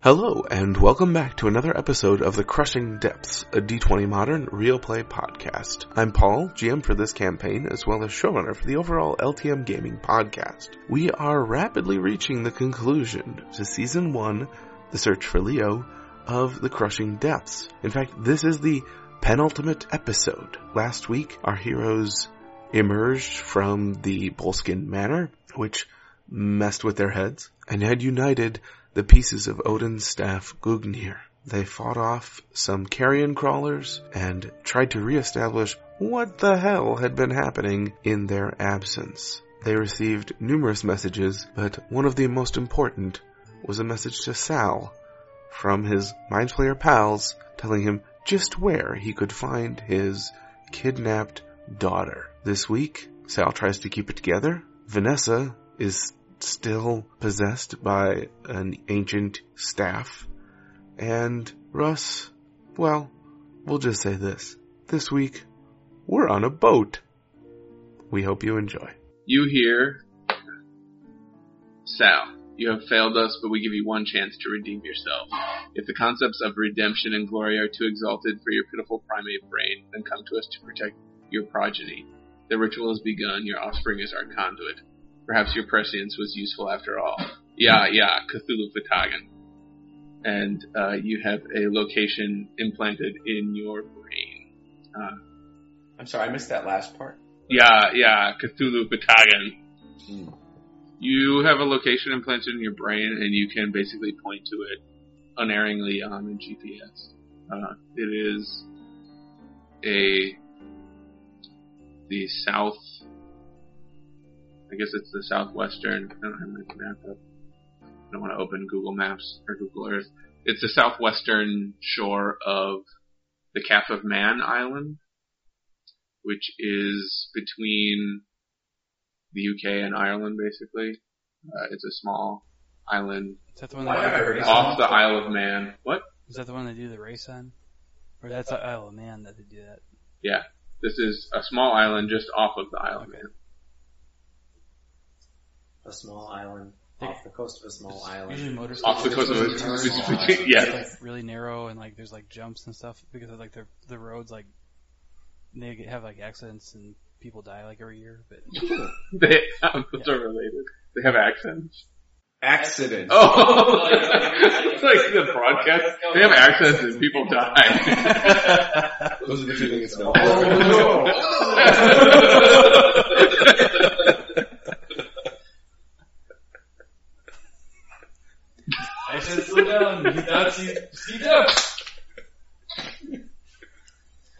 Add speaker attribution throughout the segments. Speaker 1: Hello, and welcome back to another episode of The Crushing Depths, a D20 Modern Real Play podcast. I'm Paul, GM for this campaign, as well as showrunner for the overall LTM Gaming podcast. We are rapidly reaching the conclusion to Season 1, The Search for Leo, of The Crushing Depths. In fact, this is the penultimate episode. Last week, our heroes emerged from the Bullskin Manor, which messed with their heads, and had united the pieces of Odin's staff Gugnir. They fought off some carrion crawlers and tried to reestablish what the hell had been happening in their absence. They received numerous messages, but one of the most important was a message to Sal from his Mind Flayer pals telling him just where he could find his kidnapped daughter. This week, Sal tries to keep it together. Vanessa is still possessed by an ancient staff. And Russ, well, we'll just say this. This week, we're on a boat. We hope you enjoy.
Speaker 2: You hear, Sal, you have failed us, but we give you one chance to redeem yourself. If the concepts of redemption and glory are too exalted for your pitiful primate brain, then come to us to protect your progeny. The ritual has begun, your offspring is our conduit. Perhaps your prescience was useful after all. Yeah, yeah, Cthulhu Fatagan. And uh, you have a location implanted in your brain. Uh,
Speaker 3: I'm sorry, I missed that last part.
Speaker 2: yeah, yeah, Cthulhu Fatagan.
Speaker 3: Hmm.
Speaker 2: You have a location implanted in your brain, and you can basically point to it unerringly um, on the GPS. Uh, it is a the south. I guess it's the southwestern. I don't have my map up. I don't want to open Google Maps or Google Earth. It's the southwestern shore of the Calf of Man Island, which is between the UK and Ireland, basically. Uh, it's a small island
Speaker 4: Is that the one
Speaker 3: Why
Speaker 4: that
Speaker 3: have
Speaker 4: do
Speaker 3: I
Speaker 4: the
Speaker 3: heard
Speaker 4: race
Speaker 3: of
Speaker 4: on?
Speaker 2: off the Isle of Man. What?
Speaker 4: Is that the one they do the race on? Or that's the Isle of Man that they do that.
Speaker 2: Yeah, this is a small island just off of the Isle of
Speaker 4: Okay.
Speaker 2: Man.
Speaker 5: a small island
Speaker 4: There-
Speaker 5: off the coast of a
Speaker 2: Oh,
Speaker 5: small
Speaker 4: It's
Speaker 5: island.
Speaker 4: Usually motorcycles.
Speaker 2: Off the coast of
Speaker 4: it's
Speaker 2: it's-
Speaker 4: really
Speaker 2: it's-
Speaker 4: narrow.
Speaker 2: it's- yeah.
Speaker 4: It's, like really narrow and like there's like jumps and stuff because of, like the the roads like they get- have like accidents and people die like every year. But
Speaker 2: They, um, those are related. They have accents.
Speaker 3: Accident.
Speaker 2: Oh, it's like the broadcast. They have accents and people die.
Speaker 3: Those are the two things. No.
Speaker 5: Oh,
Speaker 6: I said slow down. He thought you speed up.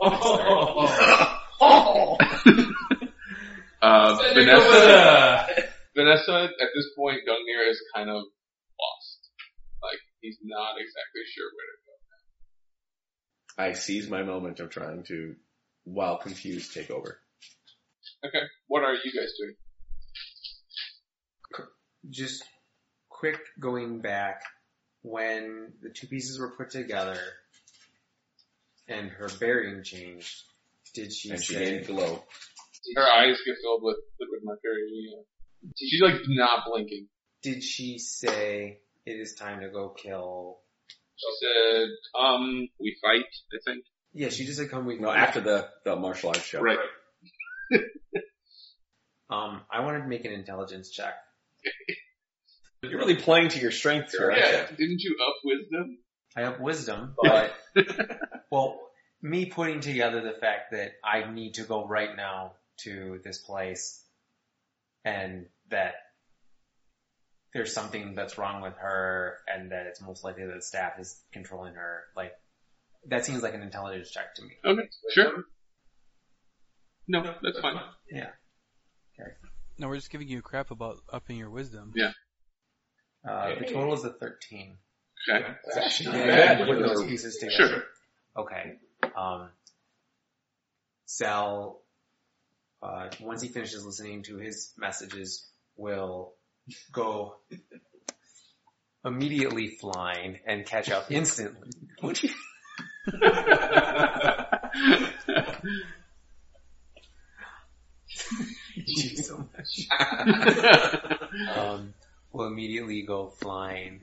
Speaker 6: Oh, oh,
Speaker 2: uh,
Speaker 6: oh.
Speaker 2: Vanessa.
Speaker 6: Vanessa.
Speaker 2: Vanessa, at this point, Gungnir is kind of lost. Like, he's not exactly sure where to go.
Speaker 3: I seize my moment of trying to, while confused, take over.
Speaker 2: Okay, what are you guys doing?
Speaker 5: Just quick going back when the two pieces were put together and her bearing changed. Did she
Speaker 3: and she
Speaker 5: say?
Speaker 3: gained glow.
Speaker 2: Her eyes get filled with liquid mercury. yeah. She's like not blinking.
Speaker 5: did she say it is time to go kill?
Speaker 2: She said, "Come, we fight." I think.
Speaker 5: Yeah, she just said come we
Speaker 3: No, after the, the martial arts show.
Speaker 2: Right.
Speaker 5: Um, I wanted to make an intelligence check.
Speaker 3: You're really playing to your strength here, aren't
Speaker 2: Yeah.
Speaker 3: you?
Speaker 2: Didn't you up wisdom?
Speaker 5: I have wisdom, but well, me putting together the fact that I need to go right now to this place and that there's something that's wrong with her and that it's most likely that the staff is controlling her, like that seems like an intelligence check to me.
Speaker 2: Okay. Sure. No, that's fine.
Speaker 4: no, we're just giving you crap about upping your wisdom.
Speaker 2: Yeah.
Speaker 5: Uh, the total is a 13.
Speaker 2: Okay.
Speaker 3: It's actually not
Speaker 5: Yeah,
Speaker 3: bad.
Speaker 5: put those pieces together.
Speaker 2: Sure.
Speaker 5: Okay. Um, Sal, uh, once he finishes listening to his messages, will go immediately flying and catch up instantly. Thank you so much. Um, will immediately go flying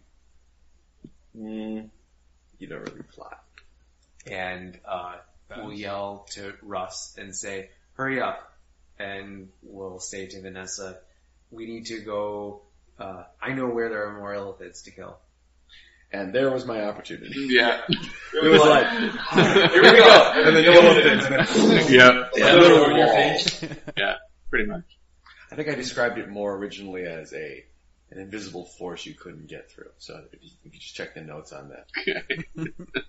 Speaker 3: Mm, you don't really plot.
Speaker 5: and uh, we'll yell to Russ and say, "Hurry up!" And we'll say to Vanessa, "We need to go. Uh, I know where there are more elephants to kill."
Speaker 3: And there was my opportunity.
Speaker 2: Yeah.
Speaker 3: It was like,
Speaker 2: Here
Speaker 3: here we go! And then elephants.
Speaker 2: Oh, yeah.
Speaker 3: Yeah,
Speaker 6: Over
Speaker 3: little
Speaker 6: your
Speaker 3: wall.
Speaker 6: face.
Speaker 2: Pretty much.
Speaker 3: I think I described it more originally as a an invisible force you couldn't get through. So if you, you could just check the notes on that.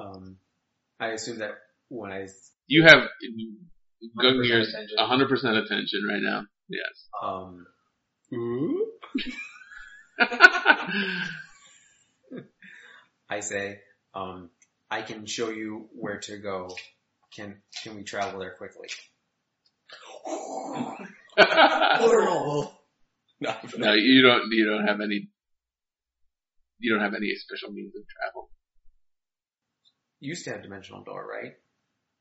Speaker 5: Um, I assume that when I
Speaker 2: You have Gungnir's
Speaker 6: 100%
Speaker 2: 100% attention right now. Yes.
Speaker 5: um, I say, um, "I can show you where to go. Can can we travel there quickly?"
Speaker 3: Portal. No,
Speaker 2: no, you don't. You don't have any. You don't have any special means of travel.
Speaker 5: You used to have dimensional door, right?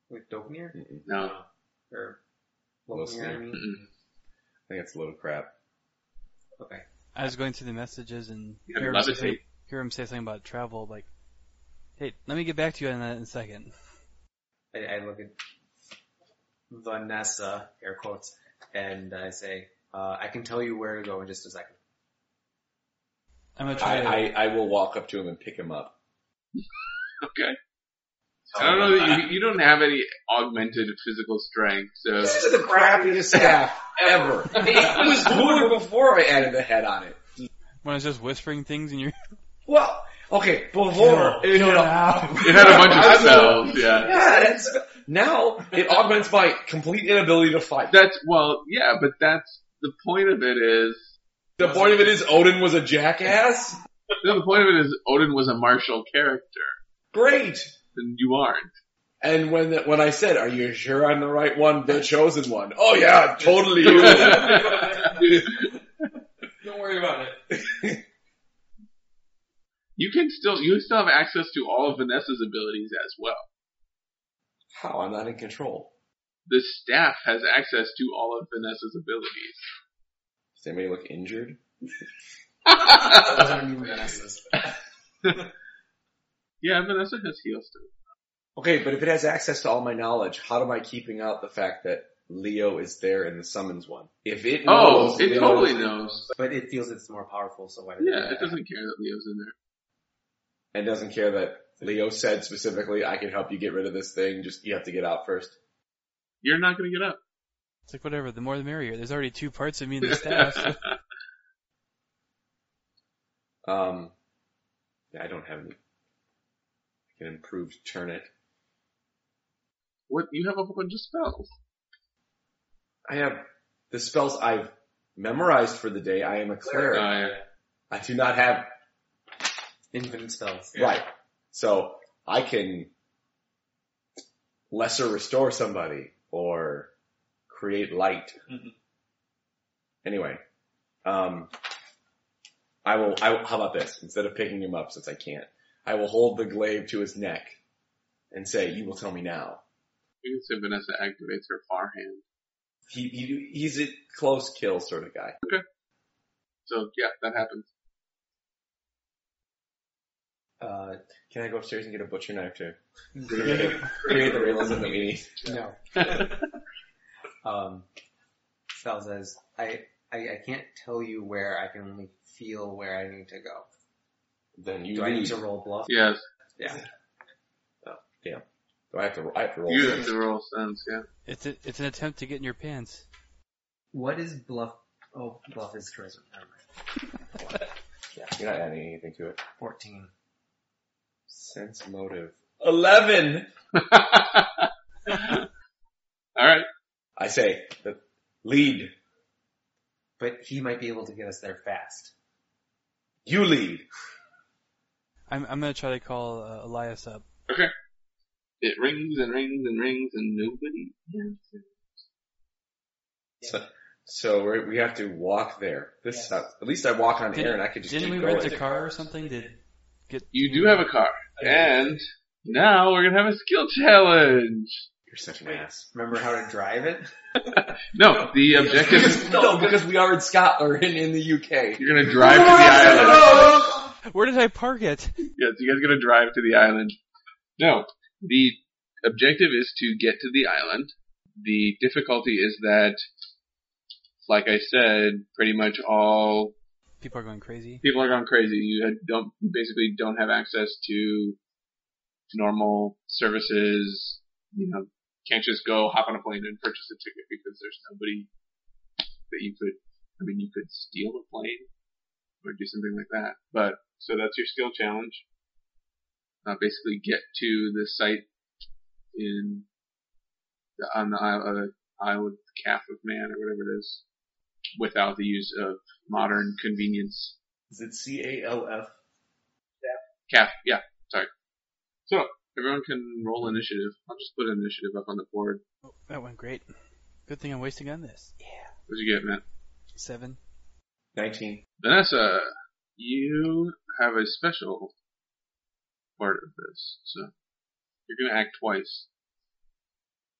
Speaker 5: With Dopenir
Speaker 3: Mm-mm.
Speaker 2: No,
Speaker 5: or
Speaker 3: Wilsonir.
Speaker 5: Lopenir, I mean.
Speaker 2: Mm-mm.
Speaker 3: I think that's a little crap.
Speaker 5: Okay.
Speaker 4: I was going through the messages and
Speaker 2: You have
Speaker 4: hear him,
Speaker 2: levitate.
Speaker 4: say, hear him say something about travel, like, hey, let me get back to you on that in a second.
Speaker 5: I, I look at Vanessa, air quotes, and I say, uh, I can tell you where to go in just a second.
Speaker 4: I'm gonna try
Speaker 3: I,
Speaker 4: to,
Speaker 3: I, I will walk up to him and pick him up.
Speaker 2: Okay. I don't know. that You, you don't have any augmented physical strength, so
Speaker 3: This is the crappiest staff ever. it was cooler before I added the head on it.
Speaker 4: when I was just whispering things and you're,
Speaker 3: Well, okay, before
Speaker 6: Kill, kill
Speaker 2: it had a bunch
Speaker 3: I
Speaker 2: of
Speaker 3: was-
Speaker 2: cells. Yeah.
Speaker 3: Yeah, that's, now it augments my complete inability to fight.
Speaker 2: That's well, yeah, but that's the point of it. Is
Speaker 3: The point of it is Odin was a jackass.
Speaker 2: no, the point of it is Odin was a martial character,
Speaker 3: Great.
Speaker 2: and you aren't.
Speaker 3: And when when I said, "Are you sure I'm the right one, the chosen one?" Oh yeah, totally you.
Speaker 6: Don't worry about it.
Speaker 2: you can still you still have access to all of Vanessa's abilities as well.
Speaker 3: How I'm not in control.
Speaker 2: The staff has access to all of Vanessa's abilities.
Speaker 3: Does anybody look injured?
Speaker 5: Those aren't even Vanessa's.
Speaker 2: Yeah, Vanessa has heals too.
Speaker 3: Okay, but if it has access to all my knowledge, how am I keeping out the fact that Leo is there in the summons one? If it
Speaker 2: Oh,
Speaker 3: knows
Speaker 2: it
Speaker 3: Leo-
Speaker 2: totally knows.
Speaker 5: But it feels it's more powerful, so why
Speaker 2: Yeah, it doesn't care that Leo's in there.
Speaker 3: and doesn't care that Leo said specifically, "I can help you get rid of this thing. Just you have to get out first.
Speaker 2: You're not gonna get up.
Speaker 4: it's like whatever, the more the merrier. There's already two parts of me and the staff. so-
Speaker 3: Um, yeah, I don't have any. I can improve turnip.
Speaker 2: What you have a whole bunch of spells.
Speaker 3: I have the spells I've memorized for the day. I am a cleric.
Speaker 2: Uh, yeah.
Speaker 3: I do not have
Speaker 5: Infinite spells.
Speaker 3: right, so I can lesser restore somebody or create light.
Speaker 5: Mm-hmm.
Speaker 6: Mhm.
Speaker 3: Anyway, um, I will. I will, how about this? Instead of picking him up, since I can't, I will hold the glaive to his neck and say, "You will tell me now."
Speaker 2: You can say Vanessa activates her far hand.
Speaker 3: He, he he's a close kill sort of guy.
Speaker 2: So yeah, that happens.
Speaker 5: Uh,
Speaker 3: Can I go upstairs and get a butcher knife too? Create the realism that we need.
Speaker 5: no. Um, Sal says, I, I, I can't tell you where, I can only feel where I need to go.
Speaker 3: Then you
Speaker 5: Do I need
Speaker 3: lead.
Speaker 5: to roll
Speaker 3: Oh.
Speaker 5: bluff?
Speaker 2: Yes.
Speaker 5: Yeah.
Speaker 3: Do I have to? I have to roll.
Speaker 2: You have to roll sense, yeah.
Speaker 4: It's a, it's an attempt to get in your pants.
Speaker 5: What is bluff? Oh, bluff is charisma. Never mind.
Speaker 3: You're not adding anything to it.
Speaker 5: 14.
Speaker 3: Sense motive. Eleven.
Speaker 2: Alright.
Speaker 3: I say the lead.
Speaker 5: But he might be able to get us there fast.
Speaker 3: You lead.
Speaker 4: I'm, I'm gonna try to call uh, Elias up.
Speaker 2: It rings and rings and rings and nobody answers.
Speaker 3: So, so we're, we have to walk there. This sucks. At least I walk on
Speaker 4: Did-
Speaker 3: air and I could just
Speaker 4: Didn't
Speaker 3: keep
Speaker 4: we
Speaker 3: going.
Speaker 4: rent a car or something to get?
Speaker 2: You do have a car. And now we're gonna have a skill challenge.
Speaker 3: You're such an ass.
Speaker 5: Remember how to drive it?
Speaker 2: No, the objective is
Speaker 3: no, because we are in Scotland, or in, in the UK.
Speaker 2: you're gonna drive to the island.
Speaker 4: Where did I park it?
Speaker 2: Yes, you guys gonna drive to the island. No, the objective is to get to the island. The difficulty is that, like I said, pretty much all
Speaker 4: People are going crazy.
Speaker 2: people are gone crazy. You had- don't you basically don't have access to normal services. You know, can't just go hop on a plane and purchase a ticket because there's nobody that you could. I mean, you could steal a plane or do something like that. But so that's your skill challenge. Uh, basically, get to the site in the, on the Isle, uh, Isle of the Calf of Man or whatever it is, without the use of modern convenience
Speaker 3: Is it C A L F?
Speaker 2: Calf, yeah, sorry. So, everyone can roll initiative. I'll just put initiative up on the board.
Speaker 4: Oh, that went great. Good thing I'm wasting on this.
Speaker 2: What'd you get, Matt?
Speaker 4: Seven.
Speaker 3: Nineteen.
Speaker 2: Vanessa, you have a special part of this, so you're gonna act twice.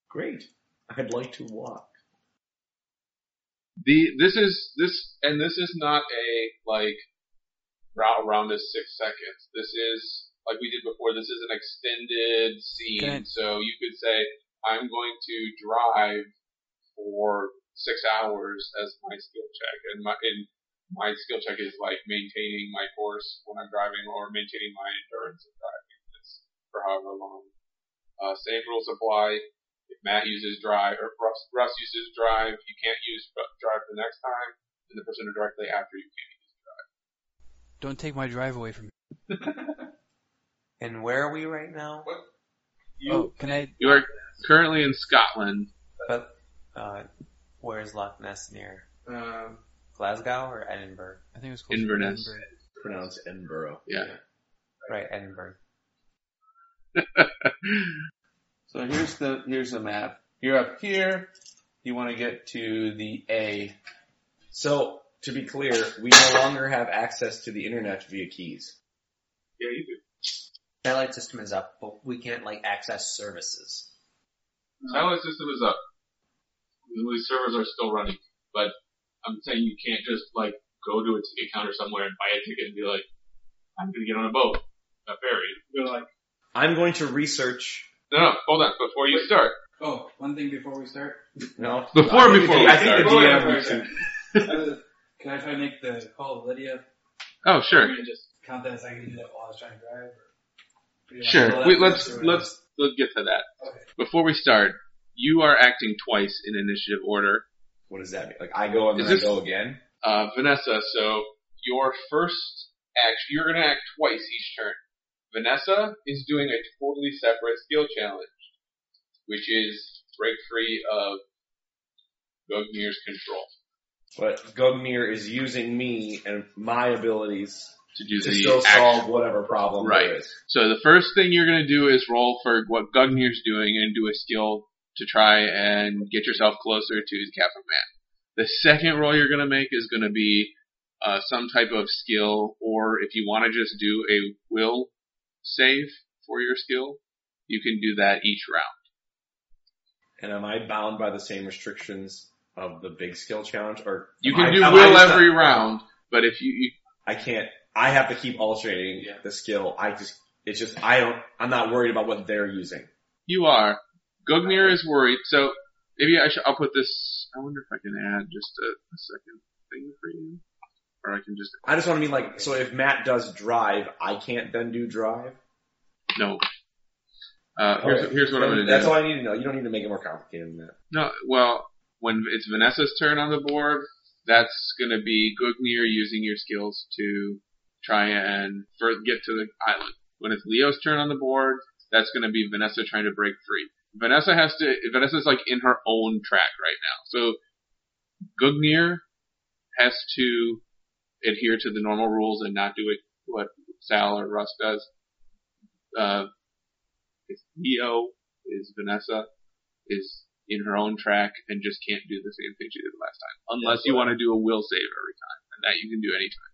Speaker 3: Great. I'd like to walk.
Speaker 2: The, this is, this, and this is not a, like, route around this six seconds. This is, like we did before, this is an extended
Speaker 4: Can I-
Speaker 2: scene, so you could say, I'm going to drive for six hours as my skill check, and my and my skill check is like maintaining my course when I'm driving, or maintaining my endurance of driving this for however long. Uh, same rules apply. If Matt uses drive or Russ, Russ uses drive, you can't use dr- drive the next time, and the person directly after you can't.
Speaker 4: Don't take my drive away from me.
Speaker 5: And where are we right now?
Speaker 2: You
Speaker 4: oh, can I?
Speaker 2: you are currently in Scotland.
Speaker 5: But uh, where's Loch Ness near?
Speaker 6: Um,
Speaker 5: Glasgow or Edinburgh?
Speaker 4: I think it was close to
Speaker 2: Inverness.
Speaker 4: Edinburgh.
Speaker 3: Pronounce Edinburgh.
Speaker 2: Yeah.
Speaker 5: Right, Edinburgh.
Speaker 6: so here's the here's the map. You're up here. You want to get to the A.
Speaker 3: So to be clear, we no longer have access to the internet via keys.
Speaker 2: Yeah, you do.
Speaker 5: Satellite system is up, but we can't like access services.
Speaker 2: Satellite system is up. The servers are still running, but I'm saying you can't just like go to a ticket counter somewhere and buy a ticket and be like, I'm gonna get on a boat, a ferry. You're like,
Speaker 3: I'm going to research.
Speaker 2: no, no, hold on, before you start.
Speaker 6: Oh, one thing before we start.
Speaker 3: No.
Speaker 2: Before,
Speaker 3: I think
Speaker 2: before
Speaker 3: the-
Speaker 2: we
Speaker 3: I think the
Speaker 6: start.
Speaker 3: DM
Speaker 6: Before we
Speaker 3: needs to-
Speaker 6: Uh, can I try to make the call of Lydia?
Speaker 2: Oh,
Speaker 6: I'm
Speaker 2: sure,
Speaker 6: gonna just count that as I can do that while I was trying to drive. or-
Speaker 2: sure.
Speaker 6: Well,
Speaker 2: Wait,
Speaker 6: that's-
Speaker 2: let's let's let's get to that.
Speaker 6: Okay.
Speaker 2: Before we start, you are acting twice in initiative order.
Speaker 3: What does that mean? Like I go and
Speaker 2: Is
Speaker 3: then I
Speaker 2: this-
Speaker 3: go again?
Speaker 2: Uh, Vanessa, so your first action, you're gonna act twice each turn. Vanessa is doing a totally separate skill challenge, which is break free of Gognir's control.
Speaker 3: But Gugnir is using me and my abilities
Speaker 2: To do
Speaker 3: to
Speaker 2: the
Speaker 3: still
Speaker 2: action.
Speaker 3: solve whatever problem
Speaker 2: Right.
Speaker 3: there is.
Speaker 2: So the first thing you're gonna do is roll for what Gugnir's doing and do a skill to try and get yourself closer to his cap of man. The second roll you're gonna make is gonna be uh, some type of skill, or if you want to just do a will save for your skill, you can do that each round.
Speaker 3: And am I bound by the same restrictions of the big skill challenge? Or
Speaker 2: You
Speaker 3: am
Speaker 2: can
Speaker 3: I-
Speaker 2: do
Speaker 3: am I
Speaker 2: will
Speaker 3: just not-
Speaker 2: every round, but if you, you
Speaker 3: I can't. I have to keep alternating
Speaker 6: Yeah.
Speaker 3: the skill. I just. It's just I don't. I'm not worried about what they're using.
Speaker 2: you are, Gugnir is worried. So maybe I should. I'll put this. I wonder if I can add just a, a second thing for you, or I can just
Speaker 3: I just want to be like. So if Matt does drive, I can't then do drive.
Speaker 2: No. Uh, here's,
Speaker 3: Okay.
Speaker 2: here's what I'm
Speaker 3: Then
Speaker 2: gonna
Speaker 3: That's
Speaker 2: do.
Speaker 3: all I need to know. You don't need to make it more complicated than that.
Speaker 2: No, well, when it's Vanessa's turn on the board, that's gonna be Gugnir using your skills to try and fur get to the island. When it's Leo's turn on the board, that's gonna be Vanessa trying to break free. Vanessa has to, Vanessa's like in her own track right now. So, Gugnir has to adhere to the normal rules and not do it what Sal or Russ does. Uh, it's Leo, is Vanessa, is in her own track and just can't do the same thing she did last time. Unless you want to do a will save every time, and that you can do anytime.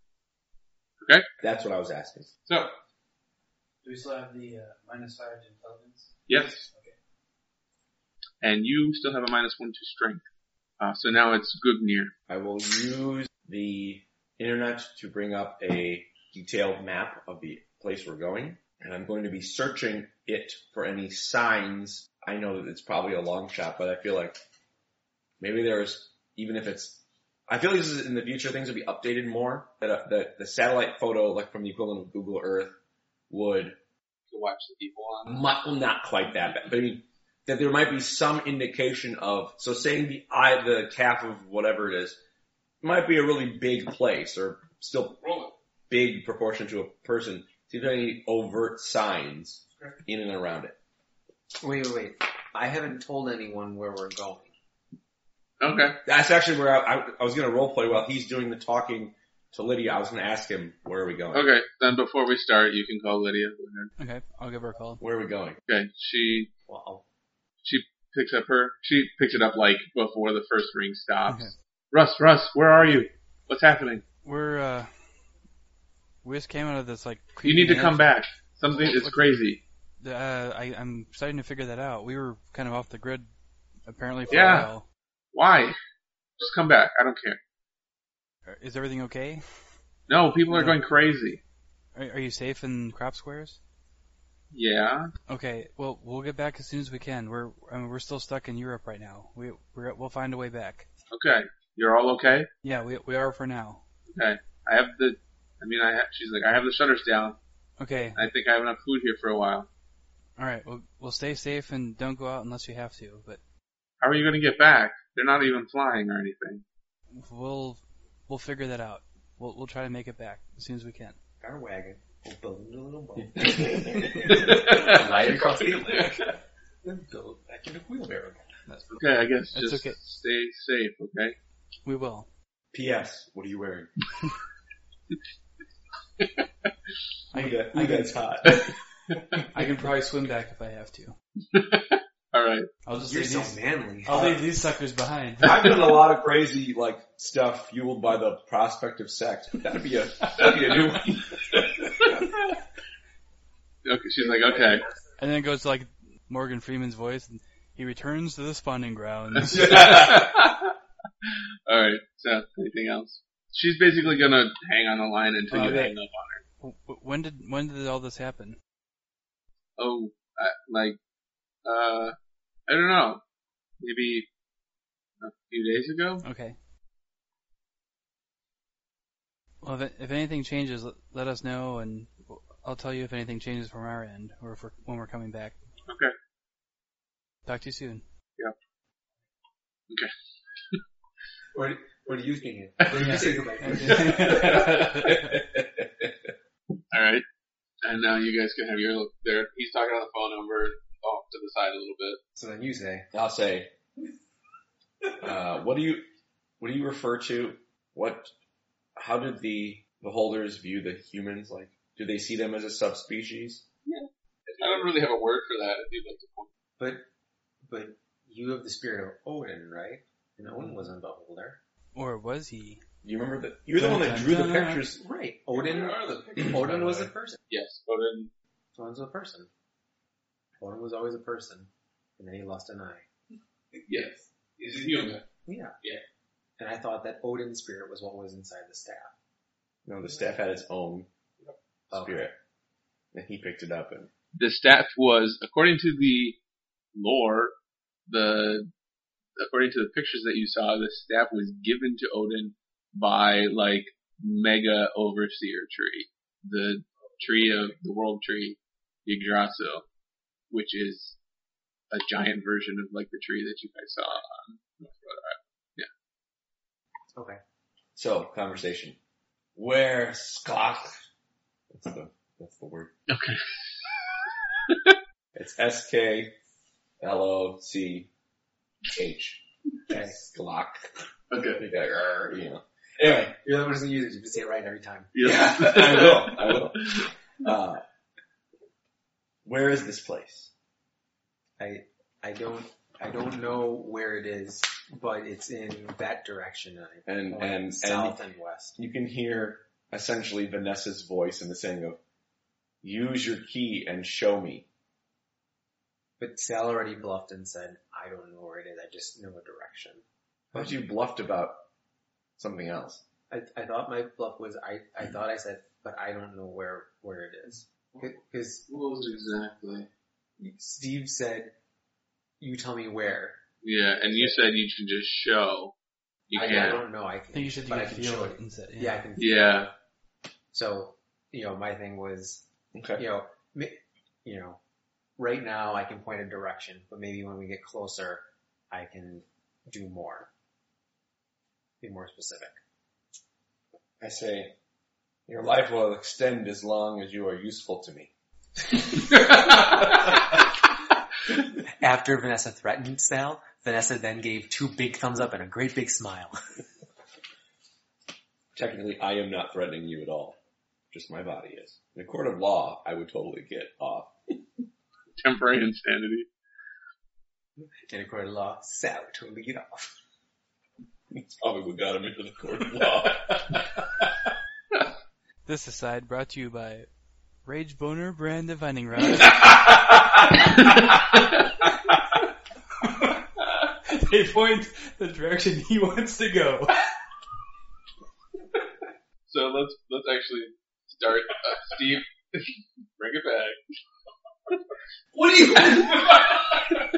Speaker 3: That's what I was asking.
Speaker 2: So,
Speaker 6: Do we still have the uh, minus five to intelligence?
Speaker 2: yes. And you still have a minus one to strength. Uh, so now it's Gugnir.
Speaker 3: I will use the internet to bring up a detailed map of the place we're going, and I'm going to be searching it for any signs. I know that it's probably a long shot, but I feel like maybe there's even if it's. I feel like this is in the future things will be updated more. That uh, the the satellite photo, like from the equivalent of Google Earth, would
Speaker 2: to watch the people on.
Speaker 3: mu- well, not quite that bad, but I mean that there might be some indication of. So saying the eye, the calf of whatever it is, might be a really big place or still
Speaker 2: Roll
Speaker 3: big proportion to a person. See if there are any overt signs
Speaker 5: Okay.
Speaker 3: in and around it.
Speaker 5: Wait, wait, wait. I haven't told anyone where we're going.
Speaker 2: it. Okay.
Speaker 3: That's actually where I, I, I was going to role play while he's doing the talking to Lydia. I was going to ask him where are we going?
Speaker 2: Okay. Then before we start, you can call Lydia. Go ahead.
Speaker 4: Okay, I'll give her a call.
Speaker 3: Where are we going?
Speaker 2: Okay. She
Speaker 5: Well, I'll-
Speaker 2: picks up her. She picks it up like before the first ring stops.
Speaker 4: Okay.
Speaker 2: Russ, Russ, where are you? What's happening?
Speaker 4: We're uh, we just came out of this like.
Speaker 2: You need to
Speaker 4: creepy
Speaker 2: come
Speaker 4: mansion.
Speaker 2: back. Something is crazy.
Speaker 4: Uh, I, I'm starting to figure that out. We were kind of off the grid, apparently. For
Speaker 2: Yeah.
Speaker 4: A while.
Speaker 2: Why? Just come back. I don't care.
Speaker 4: Uh, Is everything okay?
Speaker 2: No, people are
Speaker 4: No.
Speaker 2: going crazy.
Speaker 4: Are, are you safe in crop squares?
Speaker 2: Yeah.
Speaker 4: Okay. Well, we'll get back as soon as we can. We're I mean, we're still stuck in Europe right now. We we're, we'll find a way back.
Speaker 2: Okay. You're all okay?
Speaker 4: Yeah, we we are for now.
Speaker 2: I have the. I mean, I. Have, she's like, I have the shutters down.
Speaker 4: Okay.
Speaker 2: I think I have enough food here for a while.
Speaker 4: All right. Well, we'll stay safe and don't go out unless you have to. But
Speaker 2: How are you going to get back? They're not even flying or anything.
Speaker 4: we'll we'll figure that out. We'll we'll try to make it back as soon as we can.
Speaker 5: our wagon. We'll build a little boat.
Speaker 2: okay,
Speaker 5: Then build it back into wheelbarrow.
Speaker 2: I guess
Speaker 4: It's
Speaker 2: just
Speaker 4: okay.
Speaker 2: stay safe, okay?
Speaker 4: We will.
Speaker 3: P.S. What are you wearing?
Speaker 4: I,
Speaker 3: Ooh, that-
Speaker 4: I, can,
Speaker 3: ooh, that's hot.
Speaker 4: I can probably swim back if I have to.
Speaker 2: All right.
Speaker 4: I'll just
Speaker 5: You're
Speaker 4: leave
Speaker 5: so
Speaker 4: these.
Speaker 5: manly.
Speaker 4: I'll leave these suckers behind.
Speaker 3: I've done a lot of crazy like stuff fueled by the prospect of sex, but that'd be a that'd be a new one.
Speaker 2: Okay, she's like, okay.
Speaker 4: And then it goes to like Morgan Freeman's voice. And he returns to the spawning grounds.
Speaker 2: All right. So, anything else? She's basically gonna hang on the line until you
Speaker 4: Okay.
Speaker 2: hang up on her.
Speaker 4: W- w- when did when did all this happen?
Speaker 2: Oh, I, like, uh, I don't know. Maybe a few days ago.
Speaker 4: Okay. Well, if, if anything changes, let, let us know, and I'll tell you if anything changes from our end, or if we're, when we're coming back.
Speaker 2: Okay.
Speaker 4: Talk to you soon.
Speaker 5: What, what are you thinking?
Speaker 2: All right. And now you guys can have your look there. He's talking on the phone over off to the side a little bit.
Speaker 5: So then you say,
Speaker 3: I'll say. Uh, what do you what do you refer to? What how did the beholders view the humans? Like, do they see them as a subspecies?
Speaker 2: I don't really have a word for that. If you'd like to point.
Speaker 5: but, but you have the spirit of Odin, right? And Odin was a beholder.
Speaker 4: or was he?
Speaker 3: You remember that you're the one that drew the pictures.
Speaker 5: Right. Odin, Odin was a person.
Speaker 2: Yes, Odin.
Speaker 5: Odin was a person. Odin was always a person. And then he lost an eye.
Speaker 2: Yes, he's a human.
Speaker 5: Yeah.
Speaker 2: Yeah.
Speaker 5: And I thought that Odin's spirit was what was inside the staff.
Speaker 3: No, the staff had its own spirit, and he picked it up. And
Speaker 2: The staff was, according to the lore, the according to the pictures that you saw, the staff was given to Odin by like mega overseer tree, the tree of the world tree, Yggdrasil, which is a giant version of like the tree that you guys saw on North Road.
Speaker 5: Okay.
Speaker 3: so, conversation. Where Sklock? That's the that's the word.
Speaker 2: Okay.
Speaker 3: It's S K L O C H.
Speaker 5: Okay.
Speaker 3: Glock.
Speaker 2: Okay.
Speaker 3: Like, "Arr," you know. Anyway,
Speaker 5: You're the one who doesn't use it. You just say it right every time.
Speaker 3: yeah, I will. I will. Uh, where is this place?
Speaker 5: I I don't I don't know where it is, but it's in that direction. I
Speaker 3: And
Speaker 5: point,
Speaker 3: and and
Speaker 5: Oh, south and west.
Speaker 3: you can hear essentially Vanessa's voice in the saying of, "Use your key and show me."
Speaker 5: But Sal already bluffed and said, I don't know where it is. I just know a direction.
Speaker 3: But you bluffed about something else.
Speaker 5: I, I thought my bluff was I, I thought I said, but I don't know where where it is because
Speaker 2: What was exactly?
Speaker 5: Steve said, "You tell me where."
Speaker 2: Yeah, and you said you can just show. You
Speaker 5: I, I
Speaker 2: can't.
Speaker 5: don't know. I can,
Speaker 4: I think you should do
Speaker 5: but I
Speaker 4: a
Speaker 5: can show
Speaker 4: feel
Speaker 5: it.
Speaker 4: it instead.
Speaker 5: Yeah, I can.
Speaker 2: Yeah.
Speaker 5: So you know, my thing was,
Speaker 3: Okay.
Speaker 5: you know, ma- you know, right now I can point a direction, but maybe when we get closer, I can do more, be more specific.
Speaker 3: I say, your life will extend as long as you are useful to me.
Speaker 5: After Vanessa threatened Sal, Vanessa then gave two big thumbs up and a great big smile.
Speaker 3: Technically, I am not threatening you at all. Just my body is. In a court of law, I would totally get off.
Speaker 2: Temporary insanity.
Speaker 5: And according to law, Sal totally get off.
Speaker 3: That's probably what got him into the court of law.
Speaker 4: This aside brought to you by Rage Boner Brand Divining Rod. they point the direction he wants to go.
Speaker 2: so let's let's actually start. Uh, Steve, bring it back.
Speaker 3: what do you? I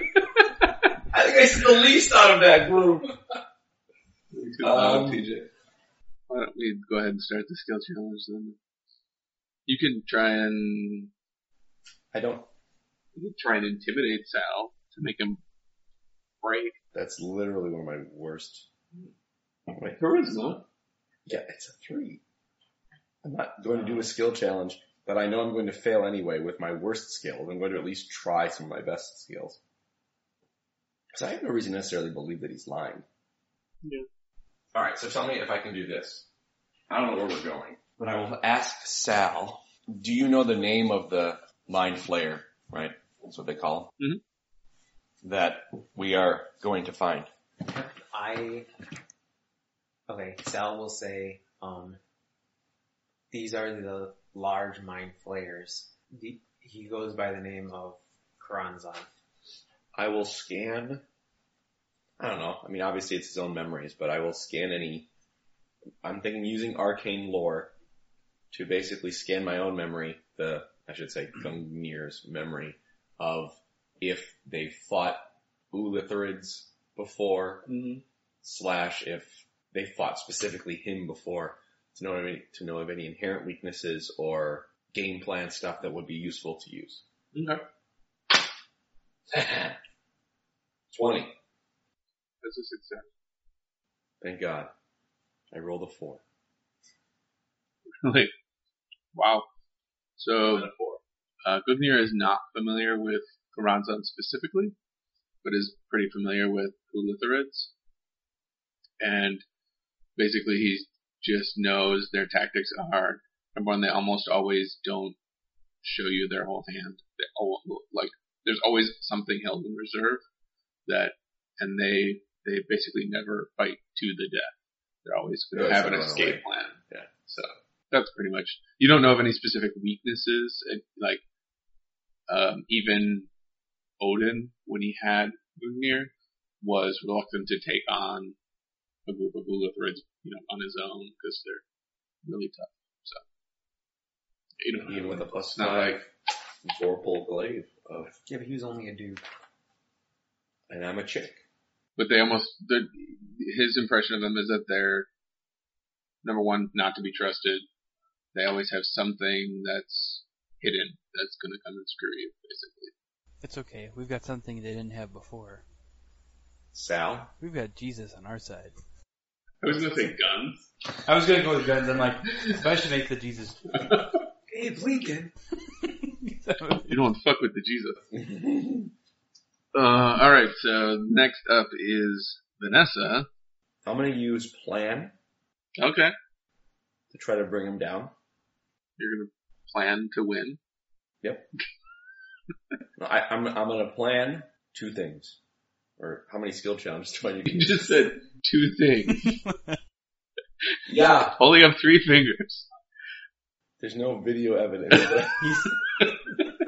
Speaker 3: think I said the least out of that group.
Speaker 2: Too loud,
Speaker 3: Um,
Speaker 2: TJ. Why don't we go ahead and start the skill challenge then? You can try and
Speaker 3: I don't.
Speaker 2: you can try and intimidate Sal to make him break.
Speaker 3: That's literally one of my worst. Wait,
Speaker 2: Charisma.
Speaker 3: Yeah, it's a three. I'm not going to do a skill challenge that I know I'm going to fail anyway with my worst skills. I'm going to at least try some of my best skills. Cause I have no reason to necessarily believe that he's lying.
Speaker 2: Yeah.
Speaker 3: Alright, so tell me if I can do this. I don't know where we're going. But I will ask Sal, do you know the name of the mind flayer, right? That's what they call him. That we are going to find.
Speaker 5: I okay. Sal will say, um, these are the large mind flayers. The, he goes by the name of Karanzan.
Speaker 3: I will scan. I don't know. I mean, obviously it's his own memories, but I will scan any. I'm thinking using arcane lore to basically scan my own memory, the, I should say, Gungnir's memory of if they fought Ulitherids before, slash if they fought specifically him before to know, of any, to know of any inherent weaknesses or game plan stuff that would be useful to use.
Speaker 2: Okay.
Speaker 3: 20.
Speaker 2: That's a success.
Speaker 3: Thank God. I rolled a four.
Speaker 2: like, wow. So, uh, Gugnir is not familiar with Karanzan specifically, but is pretty familiar with Ulitherids. And basically he just knows their tactics are, number one, they almost always don't show you their whole hand. They all, like, there's always something held in reserve that, and they, they basically never fight to the death. They're always going
Speaker 3: They
Speaker 2: to
Speaker 3: always
Speaker 2: have an
Speaker 3: run
Speaker 2: escape
Speaker 3: away.
Speaker 2: plan.
Speaker 3: Yeah.
Speaker 2: So that's pretty much. You don't know of any specific weaknesses, and, like um, even Odin, when he had Gungnir, was reluctant to take on a group of Ulithrids, you know, on his own because they're really tough. So you don't
Speaker 3: Even with a plus
Speaker 2: It's not
Speaker 3: five Vorpal glaive. Of,
Speaker 5: Yeah, but he was only a dude.
Speaker 3: and I'm a chick.
Speaker 2: but they almost they're- his impression of them is that they're number one not to be trusted. They always have something that's hidden that's going to come and screw you, basically.
Speaker 4: It's okay. We've got something they didn't have before.
Speaker 3: Sal?
Speaker 4: We've got Jesus on our side.
Speaker 2: I was going to say guns.
Speaker 4: I was gonna go with guns. I'm like, if I should make the Jesus.
Speaker 5: Abe Lincoln.
Speaker 2: You don't want to fuck with the Jesus. Uh, all right. So next up is Vanessa.
Speaker 3: I'm gonna use plan
Speaker 2: Okay,
Speaker 3: to try to bring him down.
Speaker 2: you're gonna plan to win.
Speaker 3: No, I, I'm, I'm gonna plan two things. Or how many skill challenges do I need to
Speaker 2: You
Speaker 3: use?
Speaker 2: just said two things.
Speaker 3: yeah!
Speaker 2: Only have three fingers.
Speaker 3: There's no video evidence.
Speaker 4: He's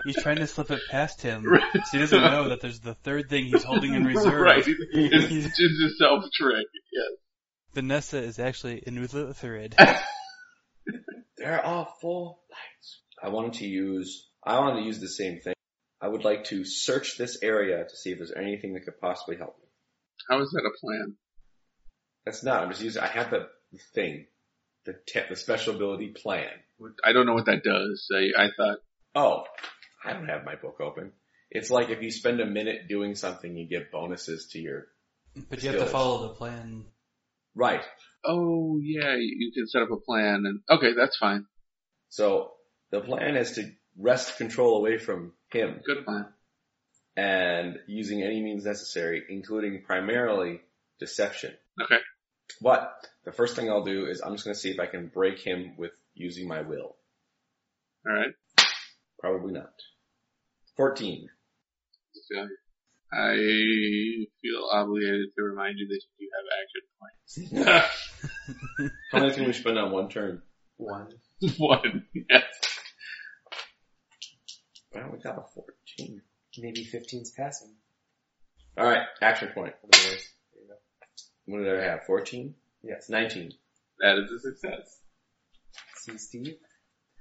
Speaker 4: he's trying to slip it past him. She doesn't know that there's the third thing he's holding in reserve.
Speaker 2: right. It's, it's a self trick. Yes.
Speaker 4: Vanessa is actually Inuthilithrid.
Speaker 3: They're all full lights. I wanted to use, I wanted to use the same thing. I would like to search this area to see if there's anything that could possibly help me.
Speaker 2: How is that a plan?
Speaker 3: That's not, I'm just using, I have the thing, the te- the special ability plan.
Speaker 2: I don't know what that does. I, I thought,
Speaker 3: Oh, I don't have my book open. It's like if you spend a minute doing something, you get bonuses to your,
Speaker 4: But you have to follow the plan.
Speaker 3: right.
Speaker 2: oh yeah, you you can set up a plan and, okay, that's fine.
Speaker 3: So the plan is to wrest control away from him.
Speaker 2: Good plan.
Speaker 3: and using any means necessary, including primarily deception.
Speaker 2: Okay.
Speaker 3: But the first thing I'll do is I'm just going to see if I can break him with using my will.
Speaker 2: Alright.
Speaker 3: Probably not. 14.
Speaker 2: I feel obligated to remind you that you do have action points.
Speaker 3: How many can we spend on one turn?
Speaker 5: One.
Speaker 2: One. Yes.
Speaker 3: Well, we got a 14.
Speaker 5: Maybe 15's passing.
Speaker 3: Alright, action point.
Speaker 5: Otherwise, you know.
Speaker 3: What did I have? 14?
Speaker 5: Yes.
Speaker 3: 19.
Speaker 2: That is a success.
Speaker 5: See, Steve?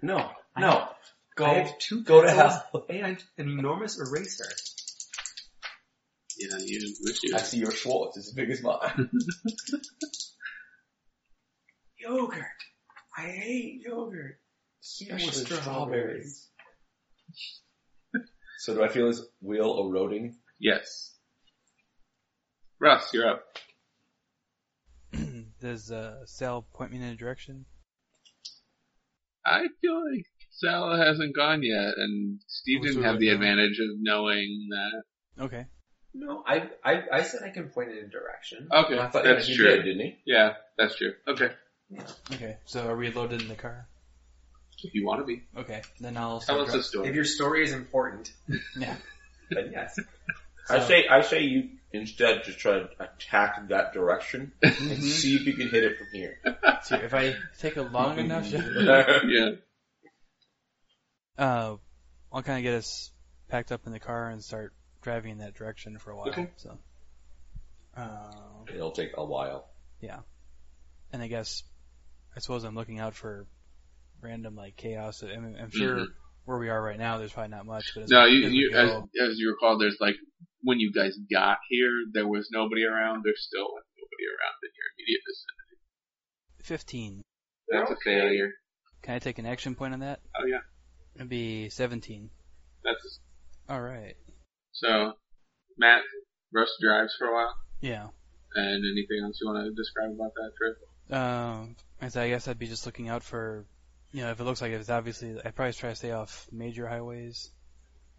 Speaker 3: No.
Speaker 5: No. Go,
Speaker 3: I have two
Speaker 5: go to
Speaker 3: pencils
Speaker 5: hell. And an enormous eraser.
Speaker 2: Yeah, you wish you.
Speaker 3: I see your Schwartz is as big as mine.
Speaker 5: Yogurt. I hate yogurt.
Speaker 3: Especially strawberries. So do I feel his will eroding?
Speaker 2: Yes. Russ, you're up.
Speaker 4: Does uh, Sal point me in a direction?
Speaker 2: I feel like Sal hasn't gone yet, and Steve
Speaker 4: Which
Speaker 2: didn't
Speaker 4: way
Speaker 2: have
Speaker 4: would
Speaker 2: the
Speaker 4: go?
Speaker 2: advantage of knowing that.
Speaker 4: Okay.
Speaker 5: No, I, I, I said I can point it in a direction.
Speaker 2: Okay,
Speaker 3: I thought
Speaker 2: that's
Speaker 3: he
Speaker 2: true.
Speaker 3: did, didn't he?
Speaker 2: Yeah, that's true. Okay,
Speaker 4: Okay. So are we loaded in the car?
Speaker 2: if you want to be,
Speaker 4: Okay. Then I'll
Speaker 2: tell
Speaker 4: start
Speaker 2: us a
Speaker 4: driving.
Speaker 5: If
Speaker 2: story.
Speaker 5: your story is important,
Speaker 4: Yeah.
Speaker 5: then yes.
Speaker 3: I say, I say you instead just try to attack that direction
Speaker 2: Mm-hmm.
Speaker 3: and
Speaker 4: Mhm.
Speaker 3: see if you can hit it from here.
Speaker 4: So if I take a long enough shot,
Speaker 2: Yeah,
Speaker 4: uh, I'll kind of get us packed up in the car and start driving in that direction for a while.
Speaker 2: Okay.
Speaker 4: So, uh,
Speaker 3: It'll take a while.
Speaker 4: and I guess I suppose I'm looking out for random like chaos. I mean, I'm sure
Speaker 2: Mhm.
Speaker 4: where we are right now, there's probably not much. But as,
Speaker 2: no, you,
Speaker 4: as we
Speaker 2: you as,
Speaker 4: go-
Speaker 2: as you recall, there's like when you guys got here, there was nobody around. There's still nobody around in your immediate vicinity.
Speaker 4: 15.
Speaker 2: That's a failure.
Speaker 4: Can I take an action point on that?
Speaker 2: Oh yeah,
Speaker 4: It'd be 17.
Speaker 2: that's a,
Speaker 4: All right.
Speaker 2: so. Matt, Russ drives for a while,
Speaker 4: Yeah.
Speaker 2: and anything else you want to describe about that trip?
Speaker 4: Um, and so I guess I'd be just looking out for, you know, if it looks like it's obviously, I'd probably try to stay off major highways.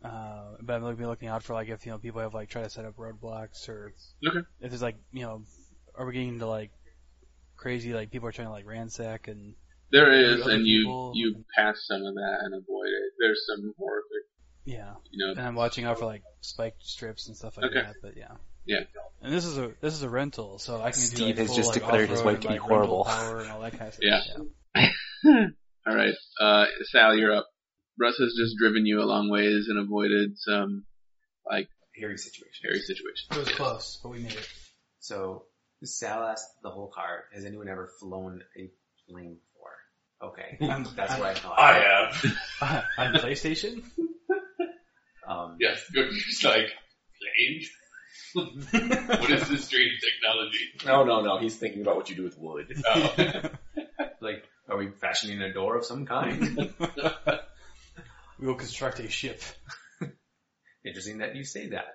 Speaker 4: Uh, but I'm looking, looking out for like if you know people have like try to set up roadblocks or
Speaker 2: Okay.
Speaker 4: if there's like you know, are we getting into like crazy like people are trying to like ransack and
Speaker 2: There is,
Speaker 4: other
Speaker 2: and you
Speaker 4: people-
Speaker 2: you pass some of that and avoid it. There's some horrific,
Speaker 4: yeah.
Speaker 2: you know.
Speaker 4: And I'm watching out for like spike strips and stuff like
Speaker 2: Okay.
Speaker 4: that. But yeah.
Speaker 2: Yeah.
Speaker 4: And this is a this is a rental, so I can do
Speaker 7: Steve
Speaker 4: like,
Speaker 7: has
Speaker 4: full,
Speaker 7: just
Speaker 4: like,
Speaker 7: declared his
Speaker 4: off-road
Speaker 7: wife to
Speaker 4: and,
Speaker 7: be
Speaker 4: like, rental
Speaker 7: horrible.
Speaker 4: Power and all that kind of stuff.
Speaker 2: Yeah. All right, uh, Sal, you're up. Russ has just driven you a long ways and avoided some
Speaker 5: Hairy situation.
Speaker 2: hairy situations.
Speaker 4: It was
Speaker 2: Yes.
Speaker 4: close, but we made it.
Speaker 5: So, Sal asked the whole car, has anyone ever flown a plane before? Okay.
Speaker 4: I'm-
Speaker 5: That's what I thought.
Speaker 3: have.
Speaker 4: On PlayStation.
Speaker 5: Um,
Speaker 2: Yes, you're just like planes. what is this dream technology?
Speaker 3: No, no, no. He's thinking about what you do with wood.
Speaker 5: Like, are we fashioning a door of some kind?
Speaker 4: We will construct a ship.
Speaker 5: Interesting that you say that.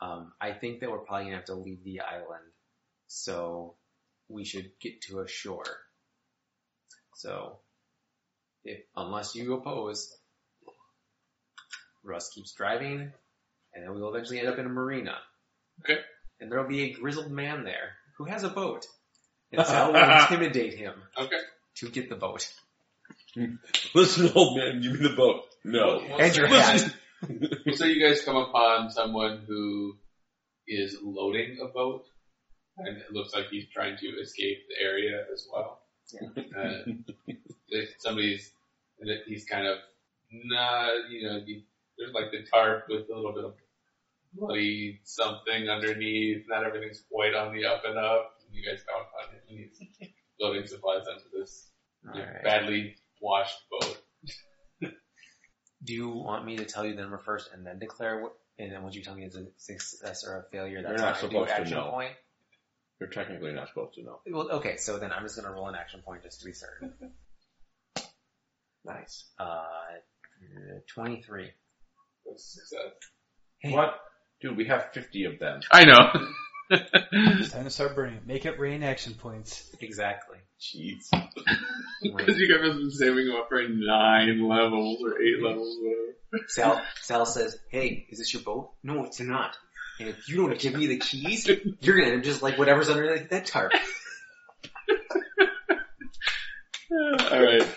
Speaker 5: Um, I think that we're probably gonna have to leave the island. So we should get to a shore. So if, unless you oppose, Russ keeps driving and then we will eventually end up in a marina.
Speaker 2: Okay.
Speaker 5: And there'll be a grizzled man there who has a boat. And Sal will intimidate him
Speaker 2: Okay.
Speaker 5: to get the boat.
Speaker 3: Listen, old man, give me the boat. No.
Speaker 5: And your hat.
Speaker 2: So you guys come upon someone who is loading a boat, and it looks like he's trying to escape the area as well. Uh, if somebody's, and it- he's kind of not, you know, he, there's like the tarp with a little bit of bloody something underneath. Not everything's quite on the up and up.
Speaker 6: you guys found on any loading supplies onto this
Speaker 5: Alright.
Speaker 6: badly washed boat.
Speaker 5: Do you want me to tell you the number first and then declare what, and then once you tell me it's a success or a failure,
Speaker 3: You're
Speaker 5: that's
Speaker 3: not
Speaker 5: how I do
Speaker 3: supposed to
Speaker 5: action
Speaker 3: know.
Speaker 5: point?
Speaker 3: You're technically not supposed to know.
Speaker 5: Well, okay, so then I'm just gonna roll an action point just to be certain.
Speaker 3: Nice.
Speaker 5: Uh, 23.
Speaker 6: That's a success.
Speaker 3: What? Dude, we have 50 of them.
Speaker 2: I know.
Speaker 4: It's time to start burning. Make it rain action points.
Speaker 5: Exactly.
Speaker 3: Jeez.
Speaker 2: Because you guys have been saving them up for nine levels or eight levels, whatever.
Speaker 5: Sal, Sal says, hey, is this your boat? No, it's not. And if you don't give me the keys, you're gonna just like whatever's under that- that tarp.
Speaker 2: Alright.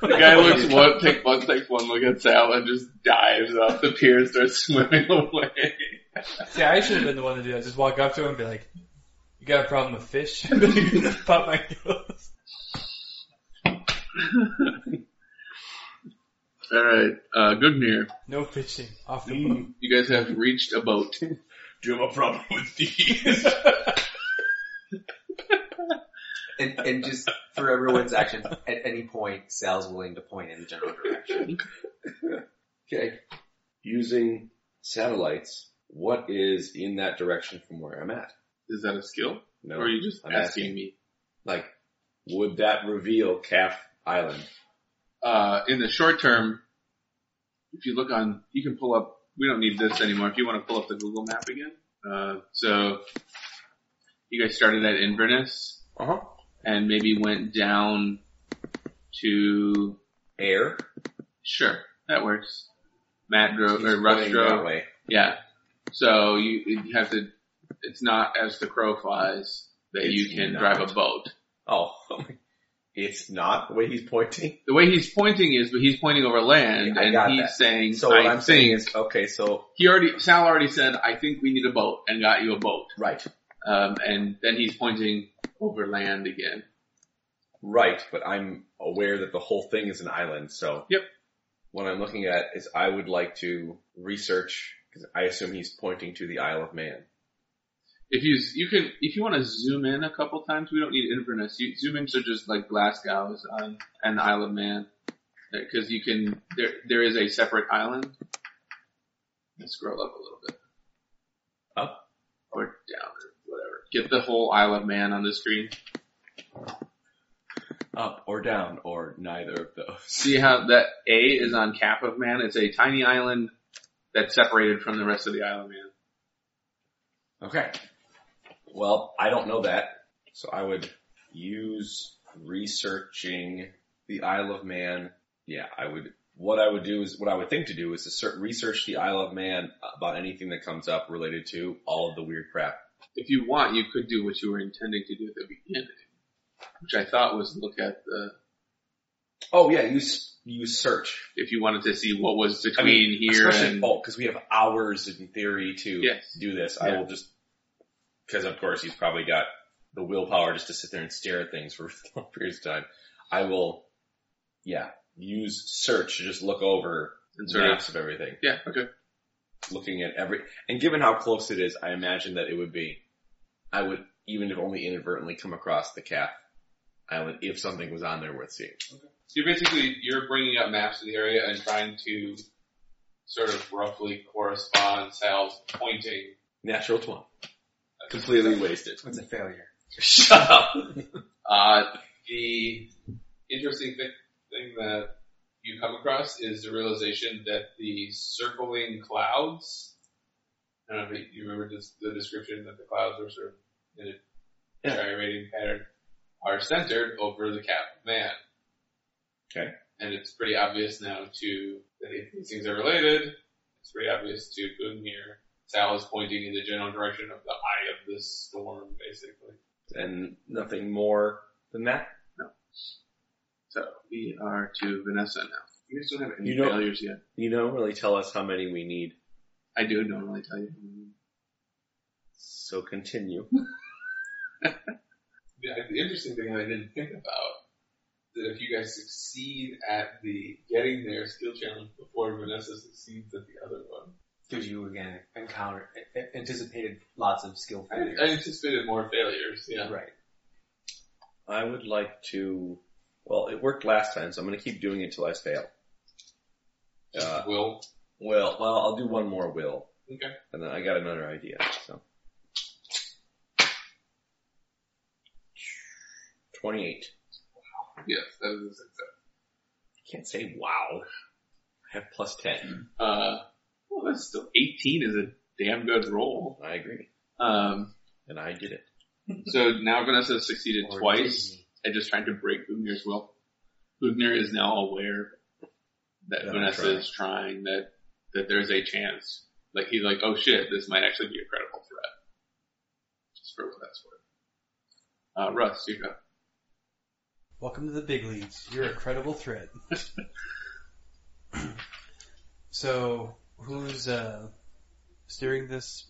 Speaker 2: The guy looks one, take one, takes one look at Sal and just dives off the pier and starts swimming away.
Speaker 4: See, I should have been the one to do that. Just walk up to him and be like, you got a problem with fish? Pop my gills.
Speaker 2: Alright, uh, Gugnir,
Speaker 4: No fishing. Off the boat.
Speaker 2: you guys have reached a boat.
Speaker 3: Do you have a problem with these?
Speaker 5: And, and just for everyone's actions, at any point, Sal's willing to point in the general direction.
Speaker 3: okay. Using satellites, what is in that direction from where I'm at?
Speaker 2: Is that a skill?
Speaker 3: No.
Speaker 2: Or are you just
Speaker 3: I'm
Speaker 2: asking,
Speaker 3: asking.
Speaker 2: me?
Speaker 3: Like, would that reveal Calf Island?
Speaker 2: Uh, in the short term, if you look on, you can pull up, we don't need this anymore. If you want to pull up the Google map again. Uh, so, you guys started at Inverness
Speaker 3: Uh-huh.
Speaker 2: and maybe went down to
Speaker 3: Air?
Speaker 2: Sure, that works. Matt drove
Speaker 3: He's
Speaker 2: or Russ
Speaker 3: pointing that
Speaker 2: drove.
Speaker 3: way.
Speaker 2: Yeah. So you you have to. It's not as the crow flies that you
Speaker 3: It's
Speaker 2: can
Speaker 3: not.
Speaker 2: drive a boat.
Speaker 3: Oh. It's not the way he's pointing.
Speaker 2: The way he's pointing is, but he's pointing over land,
Speaker 3: Yeah, I got
Speaker 2: and he's
Speaker 3: that.
Speaker 2: saying,
Speaker 3: So
Speaker 2: "I
Speaker 3: what I'm
Speaker 2: think
Speaker 3: saying is, okay, so,
Speaker 2: he already." Sal already said, "I think we need a boat," and got you a boat.
Speaker 3: right.
Speaker 2: Um, and then he's pointing over land again.
Speaker 3: Right, but I'm aware that the whole thing is an island, so.
Speaker 2: Yep.
Speaker 3: What I'm looking at is I would like to research, because I assume he's pointing to the Isle of Man.
Speaker 2: If you z- you can if you want to zoom in a couple times, we don't need Inverness. You zoom in to just like Glasgow's on and the Isle of Man, because you can there there is a separate island. Let's scroll up a little bit.
Speaker 3: Up?
Speaker 2: or down or whatever. Get the whole Isle of Man on the screen.
Speaker 3: Up or down or neither of those.
Speaker 2: See how that A is on Cap of Man. It's a tiny island that's separated from the rest of the Isle of Man.
Speaker 3: Okay. Well, I don't know that, so I would use researching the Isle of Man. Yeah, I would, what I would do is, what I would think to do is to ser- research the Isle of Man about anything that comes up related to all of the weird crap.
Speaker 2: if you want, you could do what you were intending to do at the beginning, which I thought was look at the,
Speaker 3: Oh yeah, use, use search.
Speaker 2: if you wanted to see what was
Speaker 3: I
Speaker 2: between
Speaker 3: mean,
Speaker 2: here
Speaker 3: especially
Speaker 2: and,
Speaker 3: bulk because we have hours in theory to
Speaker 2: Yes.
Speaker 3: do this. I
Speaker 2: Yeah.
Speaker 3: will just because of course he's probably got the willpower just to sit there and stare at things for long periods of time. I will, yeah, use search to just look over
Speaker 2: and sort of,
Speaker 3: maps of everything,
Speaker 2: yeah, okay.
Speaker 3: looking at every, and given how close it is, I imagine that it would be, I would even if only inadvertently come across the calf island if something was on there worth seeing.
Speaker 2: So you're basically, you're bringing up maps of the area and trying to sort of roughly correspond Sal's pointing.
Speaker 3: Natural twenty, completely wasted.
Speaker 5: What's a failure?
Speaker 3: Shut up.
Speaker 2: Uh, the interesting thi- thing that you come across is the realization that the circling clouds, I don't know if you remember this, the description that the clouds were sort of in a
Speaker 3: Yeah.
Speaker 2: gyrating pattern, are centered over the cap of man.
Speaker 3: Okay.
Speaker 2: And it's pretty obvious now to, that if these things are related, it's pretty obvious to Gungnir. Sal is pointing in the general direction of the eye of this storm, basically.
Speaker 3: and nothing more than that.
Speaker 2: So we are to Vanessa now. You guys don't have any
Speaker 3: You don't-
Speaker 2: failures yet.
Speaker 3: You don't really tell us how many we need,
Speaker 2: I do normally tell you.
Speaker 3: so continue.
Speaker 2: The, the interesting thing I didn't think about that if you guys succeed at the getting there skill challenge before Vanessa succeeds at the other one,
Speaker 5: Because you again encountered a- a- anticipated lots of skill
Speaker 2: I,
Speaker 5: failures.
Speaker 2: I anticipated more failures. Yeah.
Speaker 5: Right.
Speaker 3: I would like to. Well, it worked last time, so I'm going to keep doing it till I fail. Uh,
Speaker 2: Will.
Speaker 3: well, well, I'll do one more will,
Speaker 2: Okay.
Speaker 3: and then I got another idea. So, twenty-eight.
Speaker 2: Yes, that is a success.
Speaker 3: I can't say wow. I have plus ten.
Speaker 2: Uh, well, that's still 18 is a damn good roll.
Speaker 3: I agree,
Speaker 2: Um,
Speaker 3: and I did it.
Speaker 2: so now Vanessa succeeded
Speaker 5: Or
Speaker 2: twice
Speaker 5: Disney.
Speaker 2: and just trying to break Bugner's will. Bugner is now aware that
Speaker 3: That I'm
Speaker 2: Vanessa
Speaker 3: trying.
Speaker 2: is trying that that there's a chance. Like he's like, oh shit, this might actually be a credible threat. Just for what that's worth. Uh, Russ, you go.
Speaker 4: Welcome to the big leagues. You're a credible threat. so, who's uh, steering this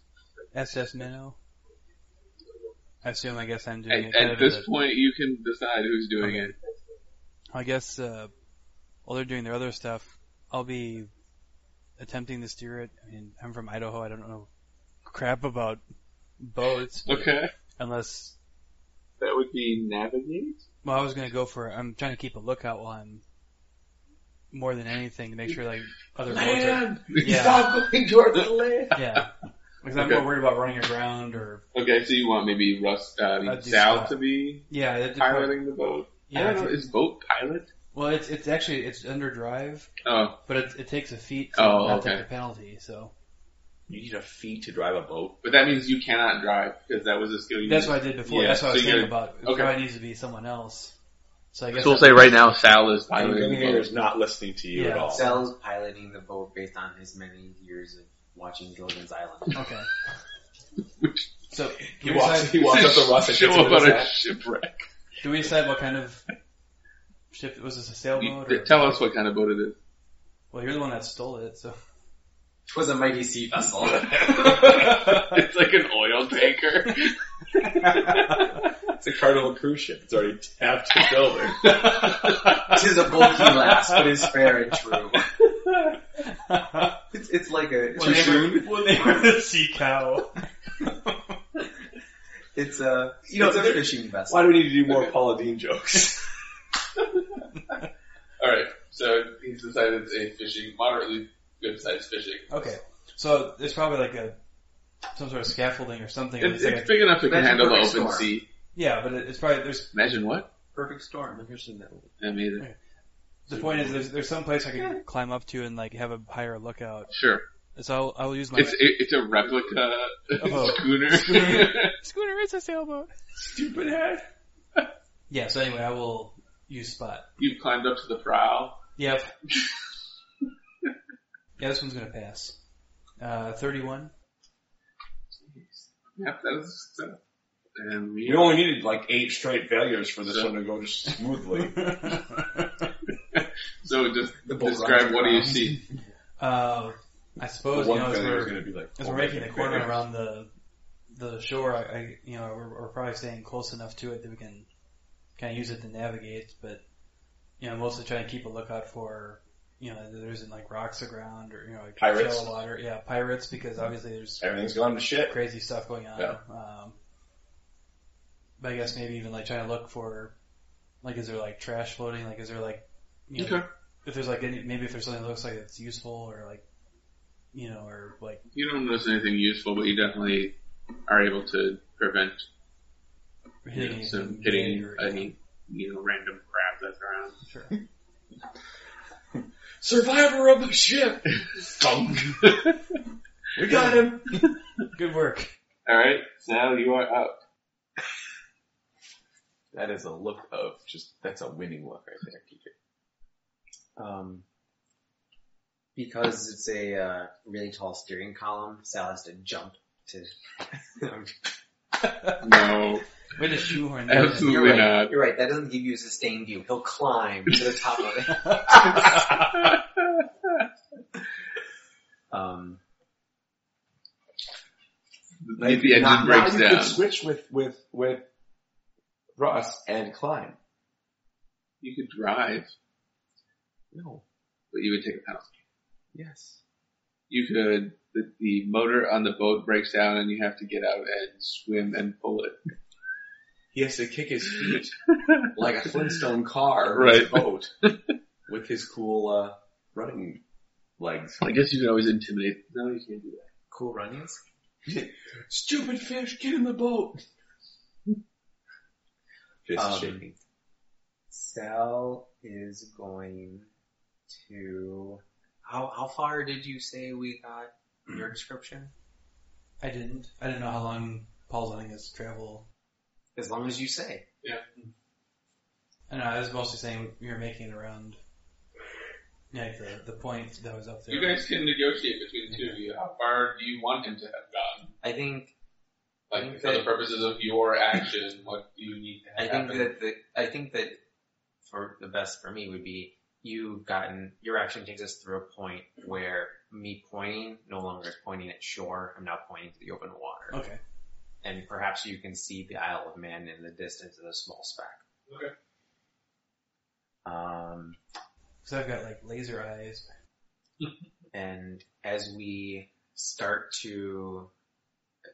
Speaker 4: SS Minnow? I assume. I guess I'm doing
Speaker 2: At,
Speaker 4: it. kind
Speaker 2: at
Speaker 4: of as
Speaker 2: this
Speaker 4: a-
Speaker 2: point, you can decide who's doing
Speaker 4: Okay.
Speaker 2: it.
Speaker 4: I guess uh, while they're doing their other stuff, I'll be attempting to steer it. I mean, I'm from Idaho. I don't know crap about boats
Speaker 2: Okay,
Speaker 4: unless.
Speaker 2: that would be navigate.
Speaker 4: Well, I was gonna go for. I'm trying to keep a lookout while I'm more than anything to make sure like other boats are Yeah.
Speaker 3: Stop going towards the land.
Speaker 4: yeah. Because I'm
Speaker 2: Okay.
Speaker 4: more worried about running aground or
Speaker 2: Okay, so you want maybe Russ, uh,
Speaker 4: I'd do
Speaker 2: Sal
Speaker 4: Sal.
Speaker 2: to be
Speaker 4: yeah, that
Speaker 2: piloting the boat? I
Speaker 4: Yeah,
Speaker 2: don't know,
Speaker 4: it's-
Speaker 2: is boat pilot?
Speaker 4: well, it's it's actually it's under drive,
Speaker 2: Oh,
Speaker 4: but it, it takes a feat to
Speaker 2: Oh,
Speaker 4: not
Speaker 2: okay.
Speaker 4: take a penalty. So
Speaker 3: You need a feet to drive a boat.
Speaker 2: but that means you cannot drive, because that was a skill you
Speaker 4: that's
Speaker 2: used.
Speaker 4: what I did before.
Speaker 2: Yeah,
Speaker 4: that's what I was
Speaker 2: so
Speaker 4: saying
Speaker 2: you're-
Speaker 4: about. It
Speaker 2: okay.
Speaker 4: probably needs to be someone else. So I guess
Speaker 2: So we'll
Speaker 4: that-
Speaker 2: say right now Sal is piloting the
Speaker 3: Bugner
Speaker 2: boat.
Speaker 3: is not listening to you at
Speaker 4: Yeah.
Speaker 3: all.
Speaker 5: Sal's piloting the boat based on his many years of watching Gilligan's Island.
Speaker 4: Okay.
Speaker 2: Which-
Speaker 4: So
Speaker 3: He
Speaker 4: do we,
Speaker 3: walks,
Speaker 4: decide,
Speaker 3: he walks up to Russ and
Speaker 2: Show
Speaker 3: hits him with
Speaker 2: about
Speaker 3: his
Speaker 2: a
Speaker 3: hat.
Speaker 2: shipwreck.
Speaker 4: do we decide what kind of ship was this a
Speaker 2: You-
Speaker 4: sailboat? or,
Speaker 2: tell us what kind of boat it is.
Speaker 4: Well, you're the one that stole it, so
Speaker 5: It was a mighty sea vessel.
Speaker 2: It's like an oil tanker.
Speaker 3: It's a Cardinal cruise ship. It's already tapped its over.
Speaker 5: Tis a bulky lass, but is fair and true. It's, it's like a
Speaker 4: Well, they were- well, they were the sea cow.
Speaker 5: It's a
Speaker 3: You know,
Speaker 5: it's a
Speaker 3: there-
Speaker 5: fishing vessel.
Speaker 3: Why do we need to do more Paula Dean jokes?
Speaker 2: Alright, so he's decided it's a fishing, moderately good sized fishing.
Speaker 4: Okay, so there's probably like a some sort of scaffolding or something.
Speaker 2: It's,
Speaker 4: It's like a-
Speaker 2: it's big enough it can
Speaker 5: Imagine
Speaker 2: handle the
Speaker 5: perfect
Speaker 2: open
Speaker 5: storm.
Speaker 2: sea.
Speaker 4: yeah, but it- it's probably there's
Speaker 2: Imagine what?
Speaker 5: Perfect storm.
Speaker 2: I mean,
Speaker 4: the point is there's there's some place I can climb up to and like have a higher lookout.
Speaker 2: sure.
Speaker 4: So I'll I'll use my
Speaker 2: It's it, it's a replica
Speaker 4: Of a
Speaker 2: schooner.
Speaker 4: schooner. schooner is a sailboat.
Speaker 3: Stupid head.
Speaker 4: Yeah. So anyway, I will use spot.
Speaker 2: You've climbed up to the prow.
Speaker 4: Yep. yeah, this one's gonna pass. Uh, thirty-one.
Speaker 2: Yep, that is so. And we
Speaker 3: You only needed like eight straight failures for this
Speaker 2: So-
Speaker 3: one to go just smoothly.
Speaker 2: so just
Speaker 5: The boat
Speaker 2: describe
Speaker 5: rides
Speaker 2: what do you
Speaker 5: around.
Speaker 2: see?
Speaker 4: Uh, I
Speaker 3: The
Speaker 4: suppose you
Speaker 3: one
Speaker 4: know as
Speaker 3: failure
Speaker 4: we're
Speaker 3: is going to be like,
Speaker 4: as
Speaker 3: oh,
Speaker 4: we're making the
Speaker 3: okay,
Speaker 4: corner
Speaker 3: failure.
Speaker 4: around the the shore, I, I you know we're, we're probably staying close enough to it that we can kind of use it to navigate. But you know, mostly trying to keep a lookout for you know that there isn't like rocks aground or you know like
Speaker 3: Pirates.
Speaker 4: shallow water. Yeah, pirates because obviously there's
Speaker 3: Everything's gone to shit.
Speaker 4: crazy stuff going on.
Speaker 3: Yeah.
Speaker 4: Um, but I guess maybe even like trying to look for like is there like trash floating? Like is there like you know
Speaker 2: Okay.
Speaker 4: if there's like any maybe if there's something that looks like it's useful or like you know or like
Speaker 2: You don't notice anything useful, but you definitely are able to prevent you know,
Speaker 4: hitting
Speaker 2: some
Speaker 4: anything
Speaker 2: hitting
Speaker 4: big or-
Speaker 2: any you know random crab that's around.
Speaker 4: Sure.
Speaker 3: Survivor of a ship. Thunk. we got him.
Speaker 4: Good work.
Speaker 2: All right, Sal, you are up.
Speaker 3: That is a look of just, that's a winning look right there. Keep it.
Speaker 5: Um, because it's a uh, really tall steering column, Sal has to jump to.
Speaker 2: No,
Speaker 4: Way to shoehorn that. in.
Speaker 5: you're
Speaker 2: absolutely
Speaker 5: right.
Speaker 2: not.
Speaker 5: You're right. That doesn't give you a sustained view. He'll climb to the top of it. Um,
Speaker 2: If the engine
Speaker 3: Now- now
Speaker 2: breaks
Speaker 3: you could
Speaker 2: down,
Speaker 3: switch with, with, with Russ and climb.
Speaker 2: you could drive,
Speaker 3: No.
Speaker 2: but you would take a penalty.
Speaker 3: Yes.
Speaker 2: you could the, the motor on the boat breaks down and you have to get out and swim and pull it.
Speaker 3: He has to kick his feet like a Flintstone car or
Speaker 2: Right.
Speaker 3: his boat with his cool uh, running legs.
Speaker 2: I guess you could always intimidate. No, you can't do that.
Speaker 5: Cool runnings.
Speaker 3: Stupid fish, get in the boat. Fist
Speaker 5: Um,
Speaker 3: shaking.
Speaker 5: Sal is going to. How how far did you say we got your description?
Speaker 4: I didn't. I didn't know how long Paul's letting us travel.
Speaker 5: As long as you say.
Speaker 4: I don't know. I was mostly saying we were making it around. Like the, the point that was up there.
Speaker 2: You guys can negotiate between the two of you. How far do you want him to have gotten?
Speaker 5: I think
Speaker 2: Like for the purposes of your action, what do you need to
Speaker 5: I
Speaker 2: have
Speaker 5: think
Speaker 2: happen?
Speaker 5: that the, I think that for the best for me would be you've gotten your action takes us through a point where me pointing no longer is pointing at shore. I'm now pointing to the open water,
Speaker 4: Okay.
Speaker 5: and perhaps you can see the Isle of Man in the distance as a small speck.
Speaker 2: Okay.
Speaker 5: Um,
Speaker 4: Because I've got like laser eyes.
Speaker 5: and as we start to,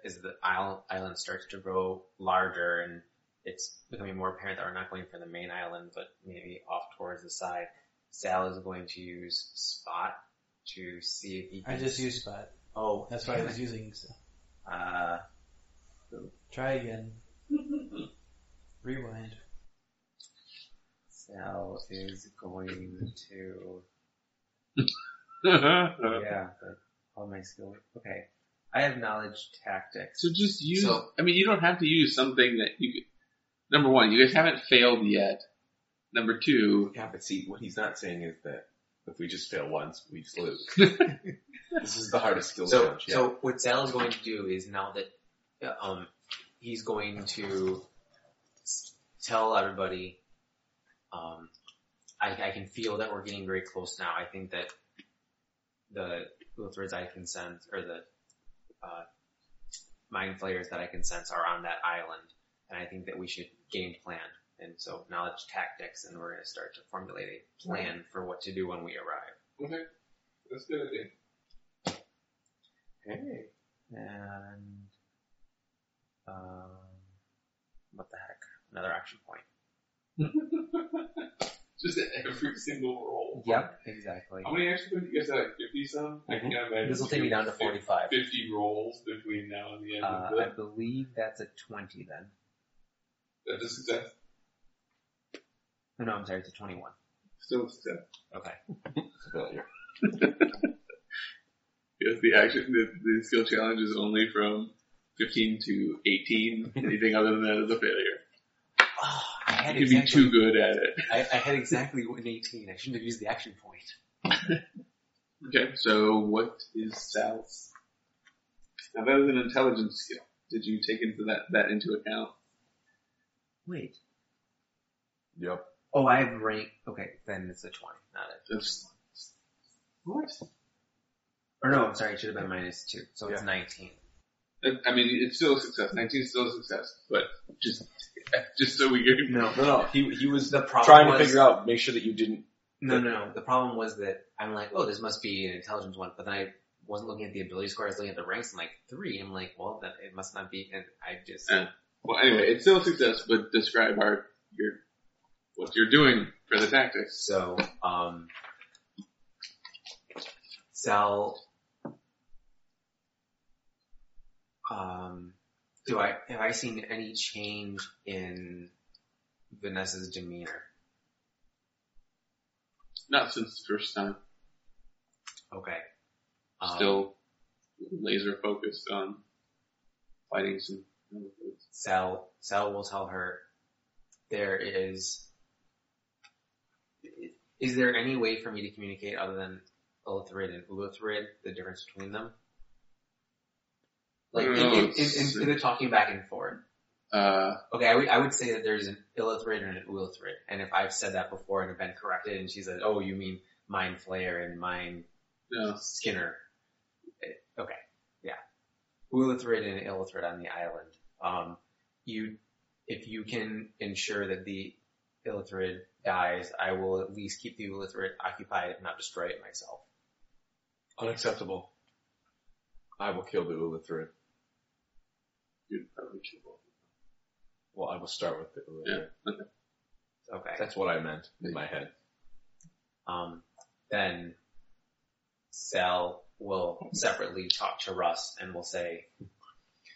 Speaker 5: as the island island starts to grow larger and it's becoming more apparent that we're not going for the main island, but maybe off towards the side, Sal is going to use Spot to see if he can.
Speaker 4: I just used spot.
Speaker 5: Oh,
Speaker 4: That's what I was using. So.
Speaker 5: uh,
Speaker 4: Try again. Rewind.
Speaker 5: Sal is going to.
Speaker 2: That...
Speaker 5: Yeah, but all my skill. Okay, I have knowledge tactics.
Speaker 2: so just use.
Speaker 5: So-
Speaker 2: I mean, you don't have to use something that you. could- Number one, you guys haven't failed yet. Number two,
Speaker 3: Yeah, but see, what he's not saying is that if we just fail once, we just lose. this is the hardest skill
Speaker 5: So,
Speaker 3: challenge. Yeah.
Speaker 5: so what Sal is going to do is now that uh, um, he's going to s- tell everybody, um, I, I can feel that we're getting very close now. I think that the Luthor's I can sense, or the uh, mind flayers that I can sense are on that island, and I think that we should game plan. And so knowledge tactics, and we're going to start to formulate a plan for what to do when we arrive.
Speaker 2: okay, that's good idea.
Speaker 5: Okay. And um, what the heck? Another action point.
Speaker 2: Just every single roll.
Speaker 5: Yep, exactly.
Speaker 2: How many action points do you guys have? Like Fifty some. I can imagine.
Speaker 5: Mm-hmm. This will take me down to
Speaker 2: fif-
Speaker 5: 45.
Speaker 2: Fifty rolls between now and the end
Speaker 5: Uh,
Speaker 2: of
Speaker 5: I
Speaker 2: the.
Speaker 5: believe that's a 20 then.
Speaker 2: That's a success.
Speaker 5: Oh, No, no, I'm sorry, it's a 21.
Speaker 2: Still a success.
Speaker 5: Okay.
Speaker 3: Failure.
Speaker 2: Yes, the action, the, the skill challenge is only from 15 to 18. Anything other than that is a failure.
Speaker 5: Oh, I had
Speaker 2: You can be
Speaker 5: exactly,
Speaker 2: too good at it.
Speaker 5: I, I had exactly an 18. I shouldn't have used the action point.
Speaker 2: Okay, so what is Sal's? Now that is an intelligence skill. Did you take into that, that into account?
Speaker 5: Wait.
Speaker 3: Yep.
Speaker 5: Oh, I have rank. Okay, then it's a 20, not a
Speaker 2: That's, what?
Speaker 5: Or no, I'm sorry, it should have been minus 2. So it's
Speaker 3: Yeah.
Speaker 5: 19.
Speaker 2: I mean, it's still a success. 19 is still a success, but just, just so we get,
Speaker 5: No.
Speaker 3: No, no, he, he was
Speaker 5: The problem
Speaker 3: trying to
Speaker 5: was-
Speaker 3: figure out, make sure that you didn't,
Speaker 5: No, no, no. The problem was that I'm like, oh, this must be an intelligence one, but then I wasn't looking at the ability score. I was looking at the ranks. I'm like three. I'm like, well, that it must not be. And I just
Speaker 2: Yeah. well anyway, it's still a success, but describe our, your, what you're doing for the tactics.
Speaker 5: so um, Sal. Um, do I have I seen any change in Vanessa's demeanor?
Speaker 2: Not since the first time.
Speaker 5: Okay. Um,
Speaker 2: still laser focused on fighting some.
Speaker 5: Sal, Sal will tell her there is, is there any way for me to communicate other than Ulithrid and Ulithrid, the difference between them? Like, in, in, in, in, in the talking back and forth.
Speaker 2: Uh,
Speaker 5: Okay, I would, I would say that there's an Illithrid and an Ulithrid, and if I've said that before and have been corrected, and she said, oh, you mean Mind Flayer and Mind
Speaker 2: no,
Speaker 5: Skinner. Eh, Okay, yeah. Ulithrid and Illithrid on the island. Um, you, if you can ensure that the Illithrid dies, I will at least keep the Illithrid occupied and not destroy it myself.
Speaker 3: unacceptable. I will kill the Ula three.
Speaker 2: You'd probably kill both.
Speaker 3: Well, I will start with the Ula three.
Speaker 5: Okay.
Speaker 3: That's what I meant in my head.
Speaker 5: Um, then Sal will separately talk to Russ and will say,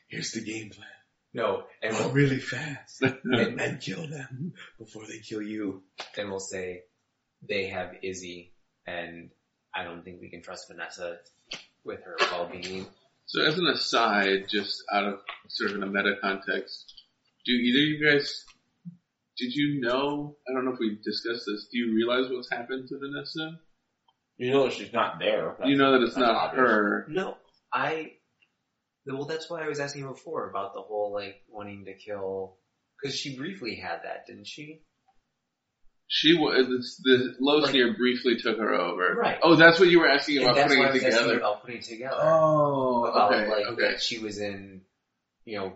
Speaker 3: Here's the game plan.
Speaker 5: no, and will,
Speaker 3: really fast
Speaker 5: and
Speaker 3: then kill them before they kill you.
Speaker 5: then we'll say they have Izzy, and I don't think we can trust Vanessa with her well-being.
Speaker 2: So as an aside, just out of sort of in a meta context, do either of you guys, did you know, I don't know if we discussed this, do you realize what's happened to Vanessa?
Speaker 3: You know that she's not there.
Speaker 2: you know that it's
Speaker 3: that's
Speaker 2: not
Speaker 3: obvious.
Speaker 2: her.
Speaker 5: No, I. Well, that's why I was asking before about the whole like wanting to kill, because she briefly had that, didn't she?
Speaker 2: She uh, was, the Losnier briefly took her over.
Speaker 5: Right.
Speaker 2: Oh, that's what you were asking
Speaker 5: And
Speaker 2: about
Speaker 5: that's
Speaker 2: putting it
Speaker 5: why I was asking
Speaker 2: together.
Speaker 5: about putting it together.
Speaker 2: Oh,
Speaker 5: about
Speaker 2: okay,
Speaker 5: like
Speaker 2: okay.
Speaker 5: that she was in, you know,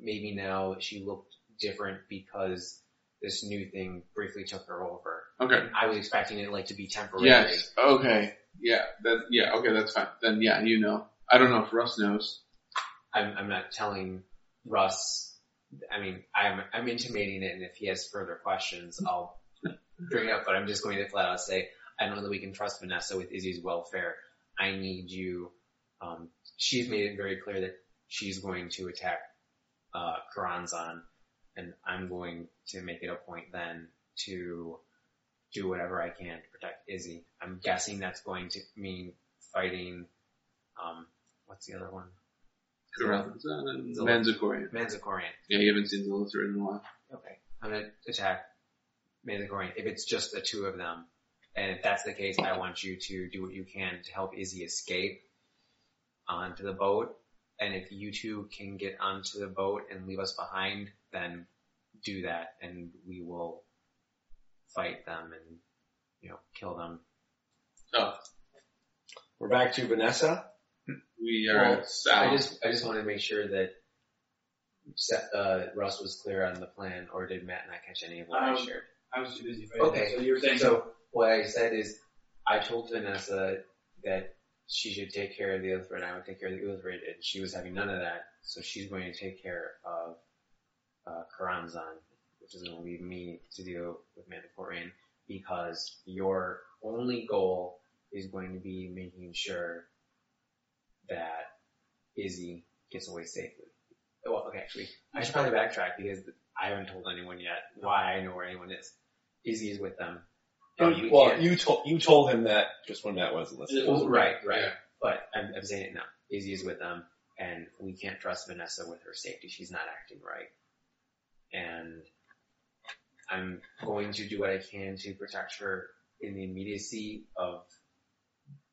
Speaker 5: maybe now she looked different because this new thing briefly took her over.
Speaker 2: Okay.
Speaker 5: I was expecting it like to be temporary.
Speaker 2: Yes. Okay. Yeah. That. Yeah. Okay. That's fine. Then yeah, you know. I don't know if Russ knows.
Speaker 5: I'm, I'm not telling Russ. I mean, I'm, I'm intimating it, and if he has further questions, I'll bring it up. But I'm just going to flat out say, I don't know that we can trust Vanessa with Izzy's welfare. I need you. Um, she's made it very clear that she's going to attack uh, Karanzan, and I'm going to make it a point then to do whatever I can to protect Izzy. I'm guessing that's going to mean fighting. Um, what's the other one?
Speaker 2: Carranza and
Speaker 5: Zil-
Speaker 2: Manzikorian.
Speaker 5: Manzikorian.
Speaker 2: Yeah, you haven't seen the Zilithor in a while.
Speaker 5: Okay. I'm gonna attack Manzikorian if it's just the two of them. And if that's the case, I want you to do what you can to help Izzy escape onto the boat. And if you two can get onto the boat and leave us behind, then do that and we will fight them and, you know, kill them.
Speaker 2: Oh,
Speaker 3: We're back to Vanessa.
Speaker 2: we are
Speaker 5: Well,
Speaker 2: south.
Speaker 5: I just, I just wanted to make sure that Seth- uh, Russ was clear on the plan or did Matt not catch any of what I
Speaker 7: Um,
Speaker 5: shared?
Speaker 7: I was too busy. Right
Speaker 5: Okay.
Speaker 7: So you were saying
Speaker 5: So what I said is, I told Vanessa that she should take care of the Ulthrad, and I would take care of the Ulthrad, and she was having none of that, so she's going to take care of uh, Karamzan, which is going to leave me to deal with Mandalorian, because your only goal is going to be making sure that Izzy gets away safely. Well, okay, actually, I should probably backtrack because I haven't told anyone yet why I know where anyone is. Izzy is with them.
Speaker 3: Oh,
Speaker 5: And
Speaker 3: you,
Speaker 5: we
Speaker 3: well,
Speaker 5: can't-
Speaker 3: you told you told him that just when Matt wasn't listening.
Speaker 5: well, right, right. But I'm, I'm saying it now. Izzy is with them, and we can't trust Vanessa with her safety. She's not acting right. And I'm going to do what I can to protect her in the immediacy of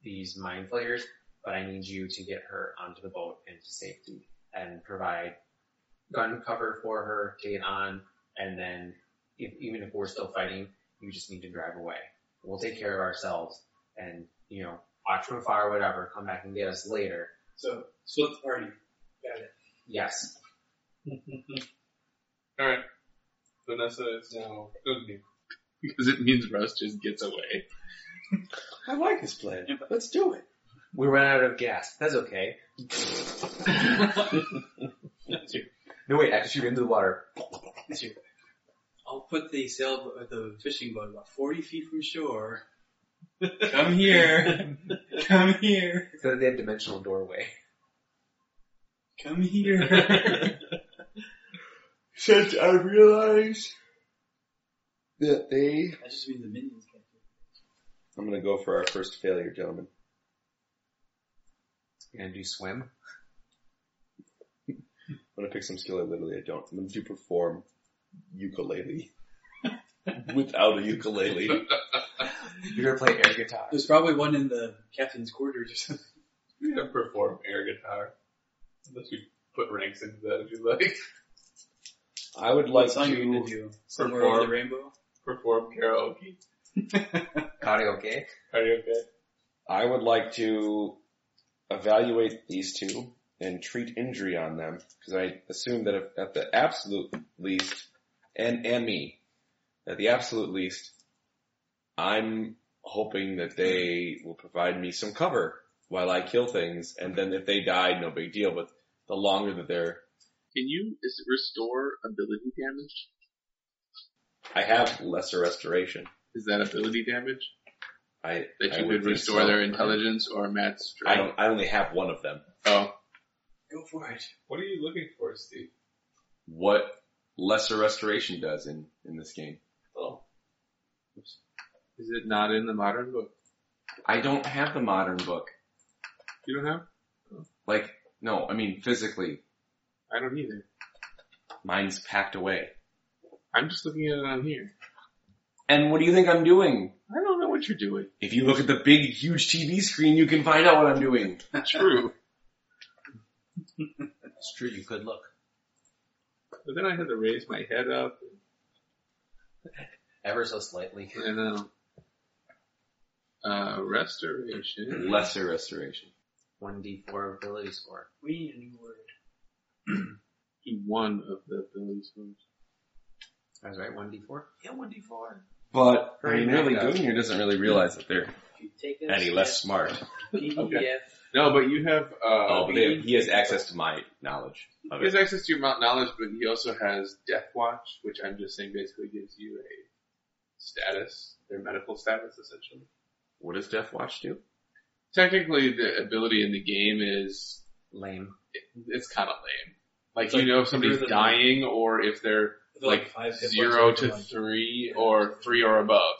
Speaker 5: these mind flayers, but I need you to get her onto the boat and to safety and provide gun cover for her to get on. And then if, even if we're still fighting, you just need to drive away. We'll take care of ourselves and, you know, watch from afar, whatever, come back and get us later.
Speaker 7: so split the party. Got it.
Speaker 5: Yes.
Speaker 2: All right. Vanessa is now Ugni. Because it means Russ just gets away.
Speaker 3: I like this plan. Let's do it.
Speaker 5: We ran out of gas. That's okay. No wait, I can shoot into the water.
Speaker 7: I'll put the sail, uh, the fishing boat about 40 feet from shore. Come here. Come here.
Speaker 5: Instead of that dimensional doorway.
Speaker 7: Come here.
Speaker 3: Since I realized that they,
Speaker 7: I just mean the minions can't do it.
Speaker 3: I'm gonna go for our first failure, gentlemen.
Speaker 5: You gonna do swim?
Speaker 3: I'm gonna pick some skill I literally I don't. I'm gonna do perform ukulele without a ukulele.
Speaker 5: You're gonna play air guitar.
Speaker 7: There's probably one in the captain's quarters or something.
Speaker 2: We have perform air guitar. Unless you put ranks into that if you like.
Speaker 3: I would
Speaker 7: What
Speaker 3: like
Speaker 7: song are you
Speaker 3: to
Speaker 7: gonna do? Somewhere over the
Speaker 2: perform.
Speaker 7: rainbow?
Speaker 2: Perform karaoke.
Speaker 5: Karaoke?
Speaker 2: Karaoke.
Speaker 3: I would like to evaluate these two and treat injury on them because I assume that if, at the absolute least, and and me, at the absolute least, I'm hoping that they will provide me some cover while I kill things, and then if they die, no big deal. But the longer that they're,
Speaker 2: Can you is it restore ability damage?
Speaker 3: I have lesser restoration.
Speaker 2: Is that ability damage?
Speaker 3: I
Speaker 2: That
Speaker 3: I
Speaker 2: you
Speaker 3: would
Speaker 2: could
Speaker 3: think
Speaker 2: restore
Speaker 3: so.
Speaker 2: their intelligence or Matt's
Speaker 3: I
Speaker 2: strength?
Speaker 3: don't. I only have one of them.
Speaker 2: Oh.
Speaker 7: Go for it.
Speaker 8: What are you looking for, Steve?
Speaker 3: What lesser restoration does in in this game?
Speaker 8: Oh,
Speaker 2: Is it not in the modern book?
Speaker 3: I don't have the modern book.
Speaker 2: You don't have?
Speaker 3: Like no, I mean physically,
Speaker 2: I don't either.
Speaker 3: mine's packed away.
Speaker 2: I'm just looking at it on here.
Speaker 3: And what do you think I'm doing?
Speaker 2: I don't know what you're doing.
Speaker 3: If you look at the big, huge TV screen, you can find out what I'm doing.
Speaker 2: True.
Speaker 8: it's true. You could look.
Speaker 2: But then I had to raise my head up.
Speaker 5: ever so slightly.
Speaker 2: I know. um, Uh, restoration.
Speaker 3: Lesser restoration.
Speaker 5: 1d4 ability score.
Speaker 7: We need a new word.
Speaker 2: Do one of the Billy Swords.
Speaker 5: I was right, 1d4? Yeah, 1d4.
Speaker 3: But I
Speaker 5: Very
Speaker 3: mean, really,
Speaker 5: mega.
Speaker 3: Goodyear doesn't really realize that they're
Speaker 7: If you take this,
Speaker 3: any less smart.
Speaker 7: PDF,
Speaker 2: Okay. No, but you have, uh,
Speaker 3: Oh, but they- he has access to my knowledge of
Speaker 2: he has
Speaker 3: it.
Speaker 2: access to your mount knowledge, but he also has Death Watch, which I'm just saying basically gives you a status, their medical status essentially.
Speaker 3: What does Death Watch do?
Speaker 2: Technically the ability in the game is
Speaker 5: Lame.
Speaker 2: it, it's kind of lame. Like
Speaker 7: It's
Speaker 2: you
Speaker 7: like
Speaker 2: know if somebody's
Speaker 7: further than-
Speaker 2: dying or if they're like
Speaker 7: five hit points
Speaker 2: zero
Speaker 7: or
Speaker 2: to
Speaker 7: something.
Speaker 2: three or three or above.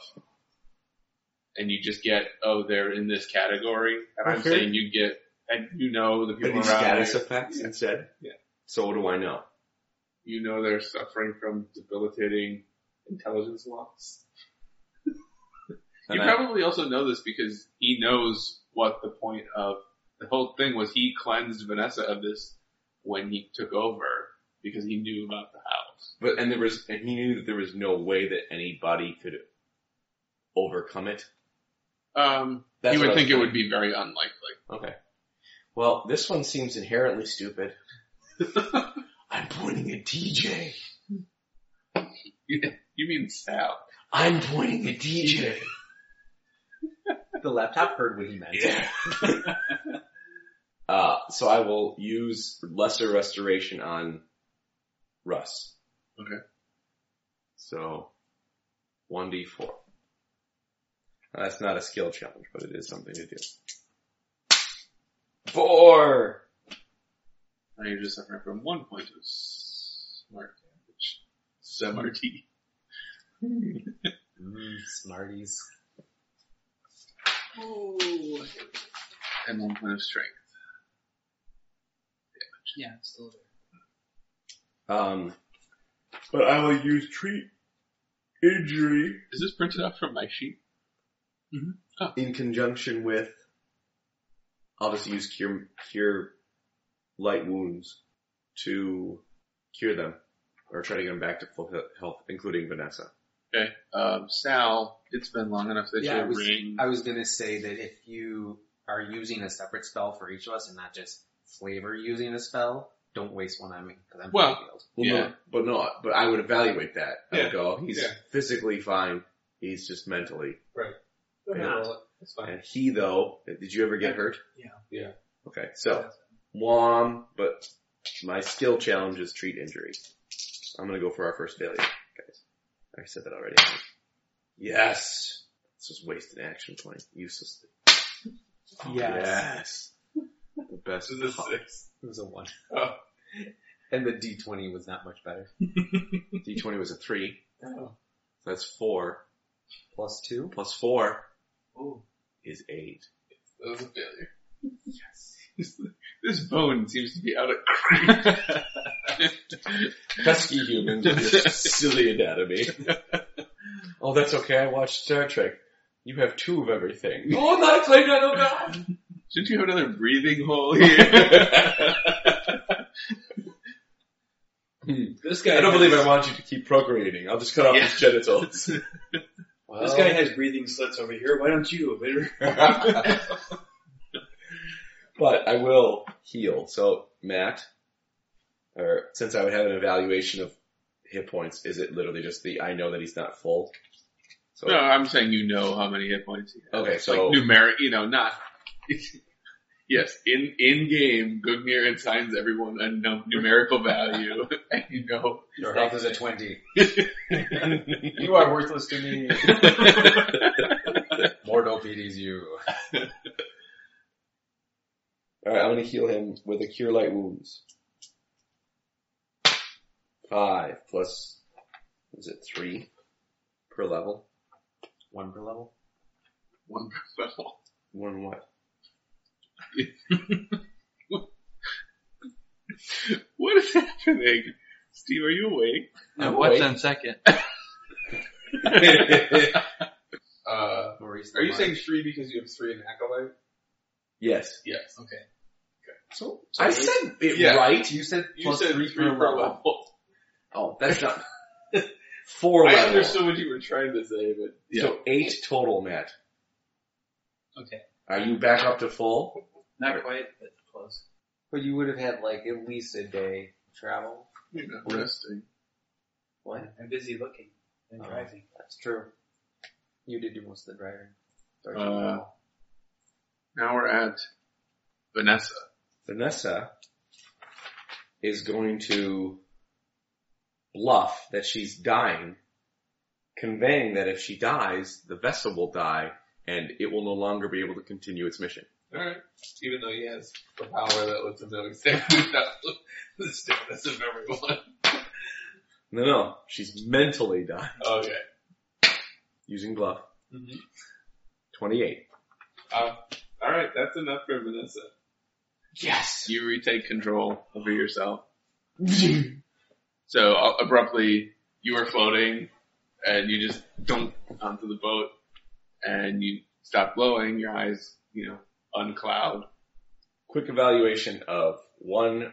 Speaker 2: And you just get, oh, they're in this category. And I'm
Speaker 3: Okay.
Speaker 2: saying you get, and you know the
Speaker 3: Are
Speaker 2: people
Speaker 3: these
Speaker 2: around
Speaker 3: status
Speaker 2: you.
Speaker 3: effects instead?
Speaker 2: Yeah.
Speaker 3: So what do I know?
Speaker 2: You know they're suffering from debilitating intelligence loss.
Speaker 3: And
Speaker 2: you
Speaker 3: I-
Speaker 2: probably also know this because he knows what the point of the whole thing was. He cleansed Vanessa of this when he took over because he knew about the house.
Speaker 3: but and there was and he knew that there was no way that anybody could overcome it.
Speaker 2: Um,
Speaker 3: That's
Speaker 2: you
Speaker 3: what I
Speaker 2: would
Speaker 3: was
Speaker 2: think it
Speaker 3: thinking.
Speaker 2: would be very unlikely.
Speaker 3: Okay. Well, this one seems inherently stupid. I'm pointing at DJ.
Speaker 2: You mean Sal?
Speaker 3: I'm pointing at DJ.
Speaker 5: The laptop heard what he meant.
Speaker 3: Yeah. uh, so I will use lesser restoration on Russ.
Speaker 2: Okay.
Speaker 3: So, 1d4. That's not a skill challenge, but it is something to do. Four!
Speaker 2: Now you're just suffering from one point of smart damage. SMRT.
Speaker 5: Mm, smarties.
Speaker 7: Ooh.
Speaker 2: And one point of strength.
Speaker 7: Yeah, it's still there.
Speaker 3: Um, but I will use treat injury
Speaker 2: Is this printed off from my sheet?
Speaker 3: in conjunction with, I'll just use cure, cure light wounds to cure them or try to get them back to full he- health, including Vanessa.
Speaker 2: Okay. Um, Sal, it's been long enough that
Speaker 5: Yeah,
Speaker 2: your
Speaker 5: it was-
Speaker 2: ring.
Speaker 5: I was gonna say that if you are using a separate spell for each of us and not just flavor using a spell, don't waste one on me, cause I'm
Speaker 2: Well,
Speaker 5: field.
Speaker 3: Well, no,
Speaker 2: Yeah.
Speaker 3: but no, but I would evaluate that. I
Speaker 2: Yeah.
Speaker 3: would go, oh, he's
Speaker 2: Yeah.
Speaker 3: physically fine. He's just mentally.
Speaker 8: Go ahead,
Speaker 3: Yeah.
Speaker 8: roll it. It's fine.
Speaker 3: And he though, did you ever get hurt?
Speaker 7: Yeah.
Speaker 8: Yeah.
Speaker 3: Okay, so, Wom, but my skill challenge is treat injury. I'm gonna go for our first failure, guys. I said that already. Yes! This is wasted action point, useless. Yes. The best.
Speaker 2: This is a
Speaker 3: part.
Speaker 2: six.
Speaker 5: It was a one.
Speaker 2: Oh.
Speaker 5: And the d20 was not much better.
Speaker 3: D20 was a three.
Speaker 7: Oh,
Speaker 3: So that's four.
Speaker 5: Plus two?
Speaker 3: Plus four
Speaker 7: Oh.
Speaker 3: is eight.
Speaker 2: That was a failure. Yes. this bone seems to be out of crack.
Speaker 3: Pesky humans with your silly anatomy. oh, that's okay. I watched Star Trek. You have two of everything. Oh, I'm not claiming I don't know.
Speaker 2: Shouldn't you have another breathing hole here?
Speaker 7: This guy.
Speaker 3: I don't
Speaker 7: has-
Speaker 3: believe I want you to keep procreating. I'll just cut off
Speaker 2: Yeah.
Speaker 3: these genitals.
Speaker 7: This guy has breathing slits over here. Why don't you, Vader?
Speaker 3: but I will heal. So, Matt, or since I would have an evaluation of hit points, is it literally just the I know that he's not full? So
Speaker 2: no, I'm saying you know how many hit points he has.
Speaker 3: Okay,
Speaker 2: like
Speaker 3: so
Speaker 2: numeric, you know, not Yes, in in game, Gugnir assigns everyone a num- numerical value, and you know.
Speaker 5: Your health is at 20.
Speaker 8: You are worthless to me.
Speaker 5: Mordo PDs you.
Speaker 3: Alright, I'm gonna heal him with a cure light wounds. Five plus, is it three per level?
Speaker 5: One per level.
Speaker 2: One level.
Speaker 3: One what?
Speaker 2: What is happening? Steve, are you awake?
Speaker 4: No,
Speaker 3: I'm
Speaker 4: what's
Speaker 3: awake.
Speaker 4: on second?
Speaker 8: Uh,
Speaker 5: Maurice.
Speaker 8: are you
Speaker 5: Lamont.
Speaker 8: saying three because you have three in acolyte?
Speaker 3: Yes.
Speaker 8: Yes. Okay.
Speaker 3: So,
Speaker 8: so
Speaker 3: I
Speaker 8: you-
Speaker 3: said it
Speaker 8: Yeah.
Speaker 3: right.
Speaker 5: You said
Speaker 8: You
Speaker 5: plus
Speaker 8: said
Speaker 5: three, per
Speaker 8: per
Speaker 5: level.
Speaker 8: level.
Speaker 3: Oh, that's not four
Speaker 8: I
Speaker 3: level.
Speaker 8: understood what you were trying to say, but
Speaker 3: So eight total, Matt.
Speaker 7: Okay.
Speaker 3: Are you back up to full?
Speaker 7: Not quite, but close.
Speaker 5: But you would have had like at least a day travel.
Speaker 2: You're not resting.
Speaker 5: What?
Speaker 7: I'm busy looking and
Speaker 5: Oh.
Speaker 7: driving.
Speaker 5: That's true. You did do most of the driving. Sorry,
Speaker 2: Uh,
Speaker 5: Wow.
Speaker 2: Now we're at Vanessa.
Speaker 3: Vanessa is going to bluff that she's dying, conveying that if she dies, the vessel will die and it will no longer be able to continue its mission.
Speaker 8: alright. Even though he has the power that lets him know exactly how the status of everyone.
Speaker 3: No, no, she's mentally dying
Speaker 8: Okay.
Speaker 3: using bluff.
Speaker 8: Mhm.
Speaker 3: 28.
Speaker 8: Uh, alright, that's enough for Vanessa.
Speaker 3: Yes!
Speaker 2: You retake control over yourself. so uh, abruptly, you are floating, and you just dump onto the boat, and you stop blowing. Your eyes, you know, uncloud.
Speaker 3: Quick evaluation of one,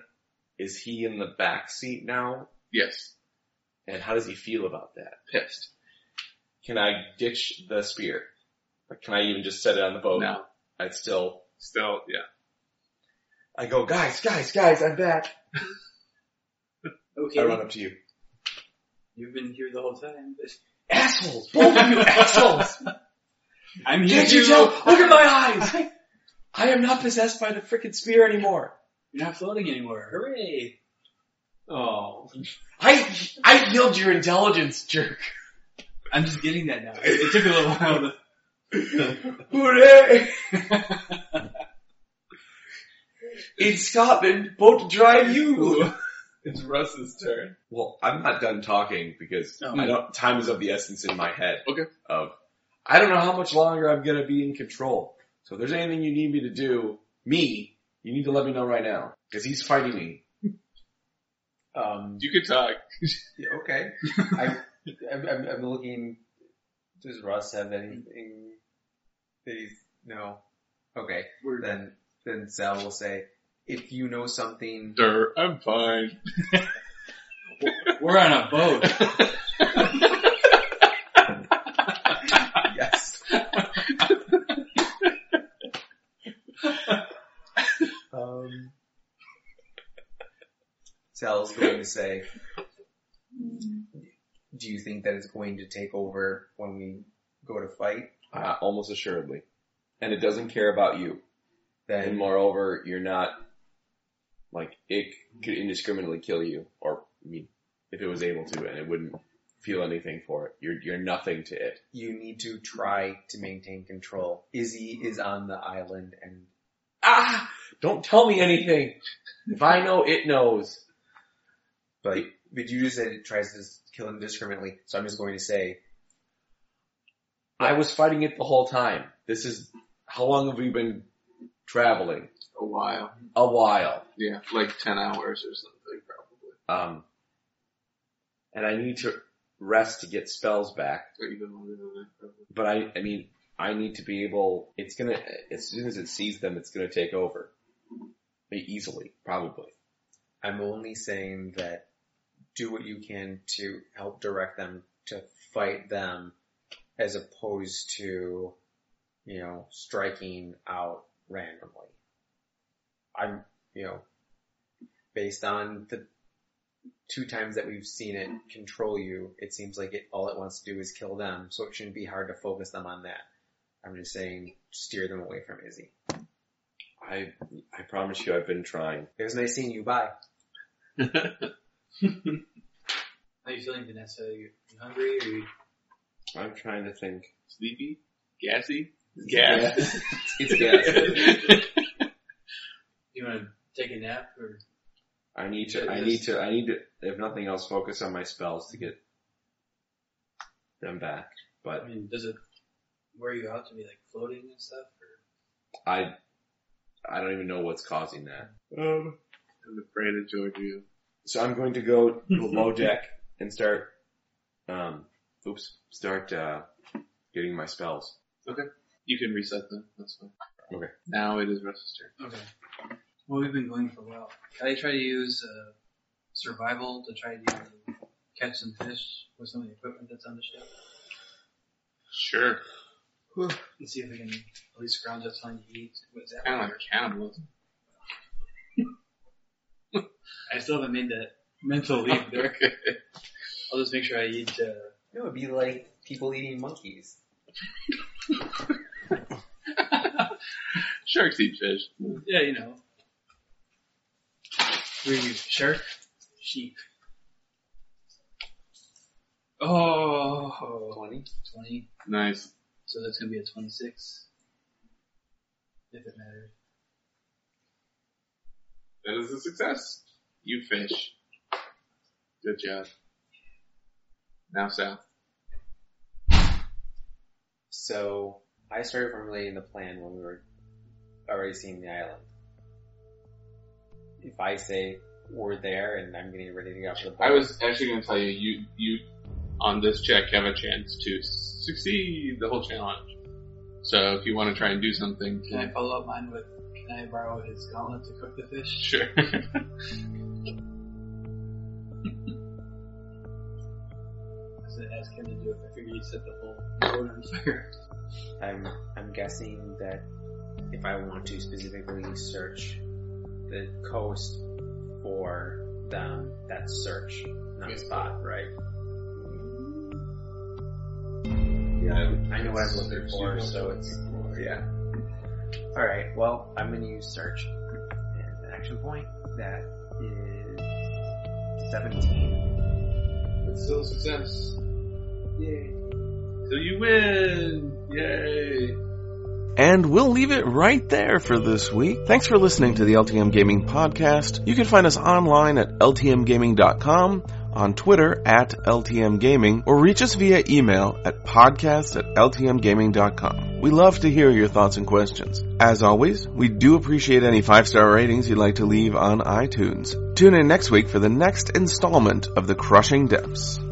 Speaker 3: is he in the back seat now?
Speaker 2: Yes,
Speaker 3: And how does he feel about that?
Speaker 2: pissed.
Speaker 3: Can I ditch the spear? Or can I even just set it on the boat?
Speaker 2: Now,
Speaker 3: I'd still
Speaker 2: still, yeah.
Speaker 3: I go, guys, guys, guys, I'm back. I run
Speaker 7: Okay,
Speaker 3: up to you.
Speaker 7: you've been here the whole time. but-
Speaker 3: Assholes! Both of you assholes!
Speaker 7: I'm here
Speaker 3: Can't you
Speaker 7: too.
Speaker 3: tell? Look at my eyes! I am not possessed by the frickin' spear anymore.
Speaker 7: You're not floating anymore. Hooray!
Speaker 5: Oh.
Speaker 3: I, I yielded your intelligence, jerk.
Speaker 7: I'm just getting that now. It took a little while. to-
Speaker 3: Hooray! In Scotland, boat drive you!
Speaker 8: It's Russ's turn.
Speaker 3: Well, I'm not done talking because
Speaker 7: No.
Speaker 3: I don't, time is of the essence in my head.
Speaker 2: Okay.
Speaker 3: Of, I don't know how much longer I'm gonna be in control. So if there's anything you need me to do, me, you need to let me know right now. Cause he's fighting me.
Speaker 5: Um,
Speaker 2: You could talk.
Speaker 5: yeah, okay. I, I'm, I'm, I'm looking. Does Russ have anything that he's no? Okay.
Speaker 7: We're
Speaker 5: Then then Sal will say, if you know something,
Speaker 2: Sir, I'm fine.
Speaker 7: We're on a boat.
Speaker 5: yes. um, Sal's going to say, do you think that it's going to take over when we go to fight?
Speaker 3: Uh, almost assuredly. And it doesn't care about you. And
Speaker 5: Then
Speaker 3: moreover, you're not, like, it could indiscriminately kill you. Or, I mean, if it was able to and it wouldn't feel anything for it. You're, you're nothing to it.
Speaker 5: you need to try to maintain control. Izzy is on the island and
Speaker 3: Ah! Don't tell me anything! If I know, it knows.
Speaker 5: But but you just said it tries to s- kill indiscriminately, so I'm just going to say
Speaker 3: I was fighting it the whole time. This is, how long have we been traveling?
Speaker 2: A while.
Speaker 3: A while.
Speaker 2: Yeah, like 10 hours or something, probably.
Speaker 3: Um, and I need to rest to get spells back.
Speaker 2: Or even longer than that, probably.
Speaker 3: But I, I mean, I need to be able, it's gonna, as soon as it sees them, it's gonna take over. E-, Easily, probably.
Speaker 5: I'm only saying that do what you can to help direct them to fight them as opposed to you know striking out randomly. I'm you know based on the two times that we've seen it control you, it seems like it all it wants to do is kill them, so it shouldn't be hard to focus them on that. I'm just saying steer them away from Izzy.
Speaker 3: I I I promise you, I've been trying.
Speaker 5: It was nice seeing you. Bye.
Speaker 4: How are you feeling, Vanessa? You, you hungry or you?
Speaker 3: I'm trying to think.
Speaker 2: Sleepy? Gassy? Gas.
Speaker 3: It's gas.
Speaker 4: You want to take a nap or?
Speaker 3: I need to. I need to. I need to. If nothing else, focus on my spells to get them back.
Speaker 4: I mean, does it wear you out to be like floating and stuff? Or
Speaker 3: I I don't even know what's causing that.
Speaker 2: um, I'm afraid of Georgia.
Speaker 3: So I'm going to go below deck and start, um, oops, start uh, getting my spells.
Speaker 2: You can reset them. That's fine.
Speaker 3: Okay.
Speaker 2: Now it is Russ's turn.
Speaker 4: okay. Well, we've been going for a while. Can I try to use uh, survival to try to you know, catch some fish with some of the equipment that's on the ship?
Speaker 2: Sure.
Speaker 4: and see if we can at least ground up something to eat. What is that?
Speaker 2: Kind of like cannibalism.
Speaker 4: I still haven't made that mental leap there. I'll just make sure I eat. Uh,
Speaker 5: It would be like people eating monkeys.
Speaker 2: Sharks eat fish.
Speaker 4: yeah, you know. We shark, sheep. Oh,
Speaker 5: 20.
Speaker 4: 20.
Speaker 2: Nice.
Speaker 4: So that's gonna be a 26. If it matters.
Speaker 2: That is a success. You fish. Good job. Now Sal.
Speaker 5: So I started formulating the plan when we were already seeing the island. If I say we're there and I'm getting ready to get off the boat,
Speaker 2: I was actually going to tell you, you, you, on this check, have a chance to succeed the whole challenge. So if you want to try and do something,
Speaker 4: Can I follow up mine with? Can I borrow his gauntlet to cook the fish?
Speaker 2: sure.
Speaker 4: I was gonna ask him to do it. but I figured he'd set the whole boat on fire.
Speaker 5: I'm I'm guessing that if I want to specifically search the coast for them, that's search, not spot, right?
Speaker 2: Mm-hmm.
Speaker 3: Yeah,
Speaker 5: I know what I'm looking for, so it's yeah. All right, well, I'm gonna use search and an action point. That is seventeen.
Speaker 2: It's still a success. Yay. So you win! Yay!
Speaker 1: And we'll leave it right there for this week. Thanks for listening to the LTM Gaming Podcast. You can find us online at ltmgaming.com, on Twitter at ltmgaming, or reach us via email at podcast at ltmgaming.com. We love to hear your thoughts and questions. As always, we do appreciate any five-star ratings you'd like to leave on iTunes. Tune in next week for the next installment of The Crushing Depths.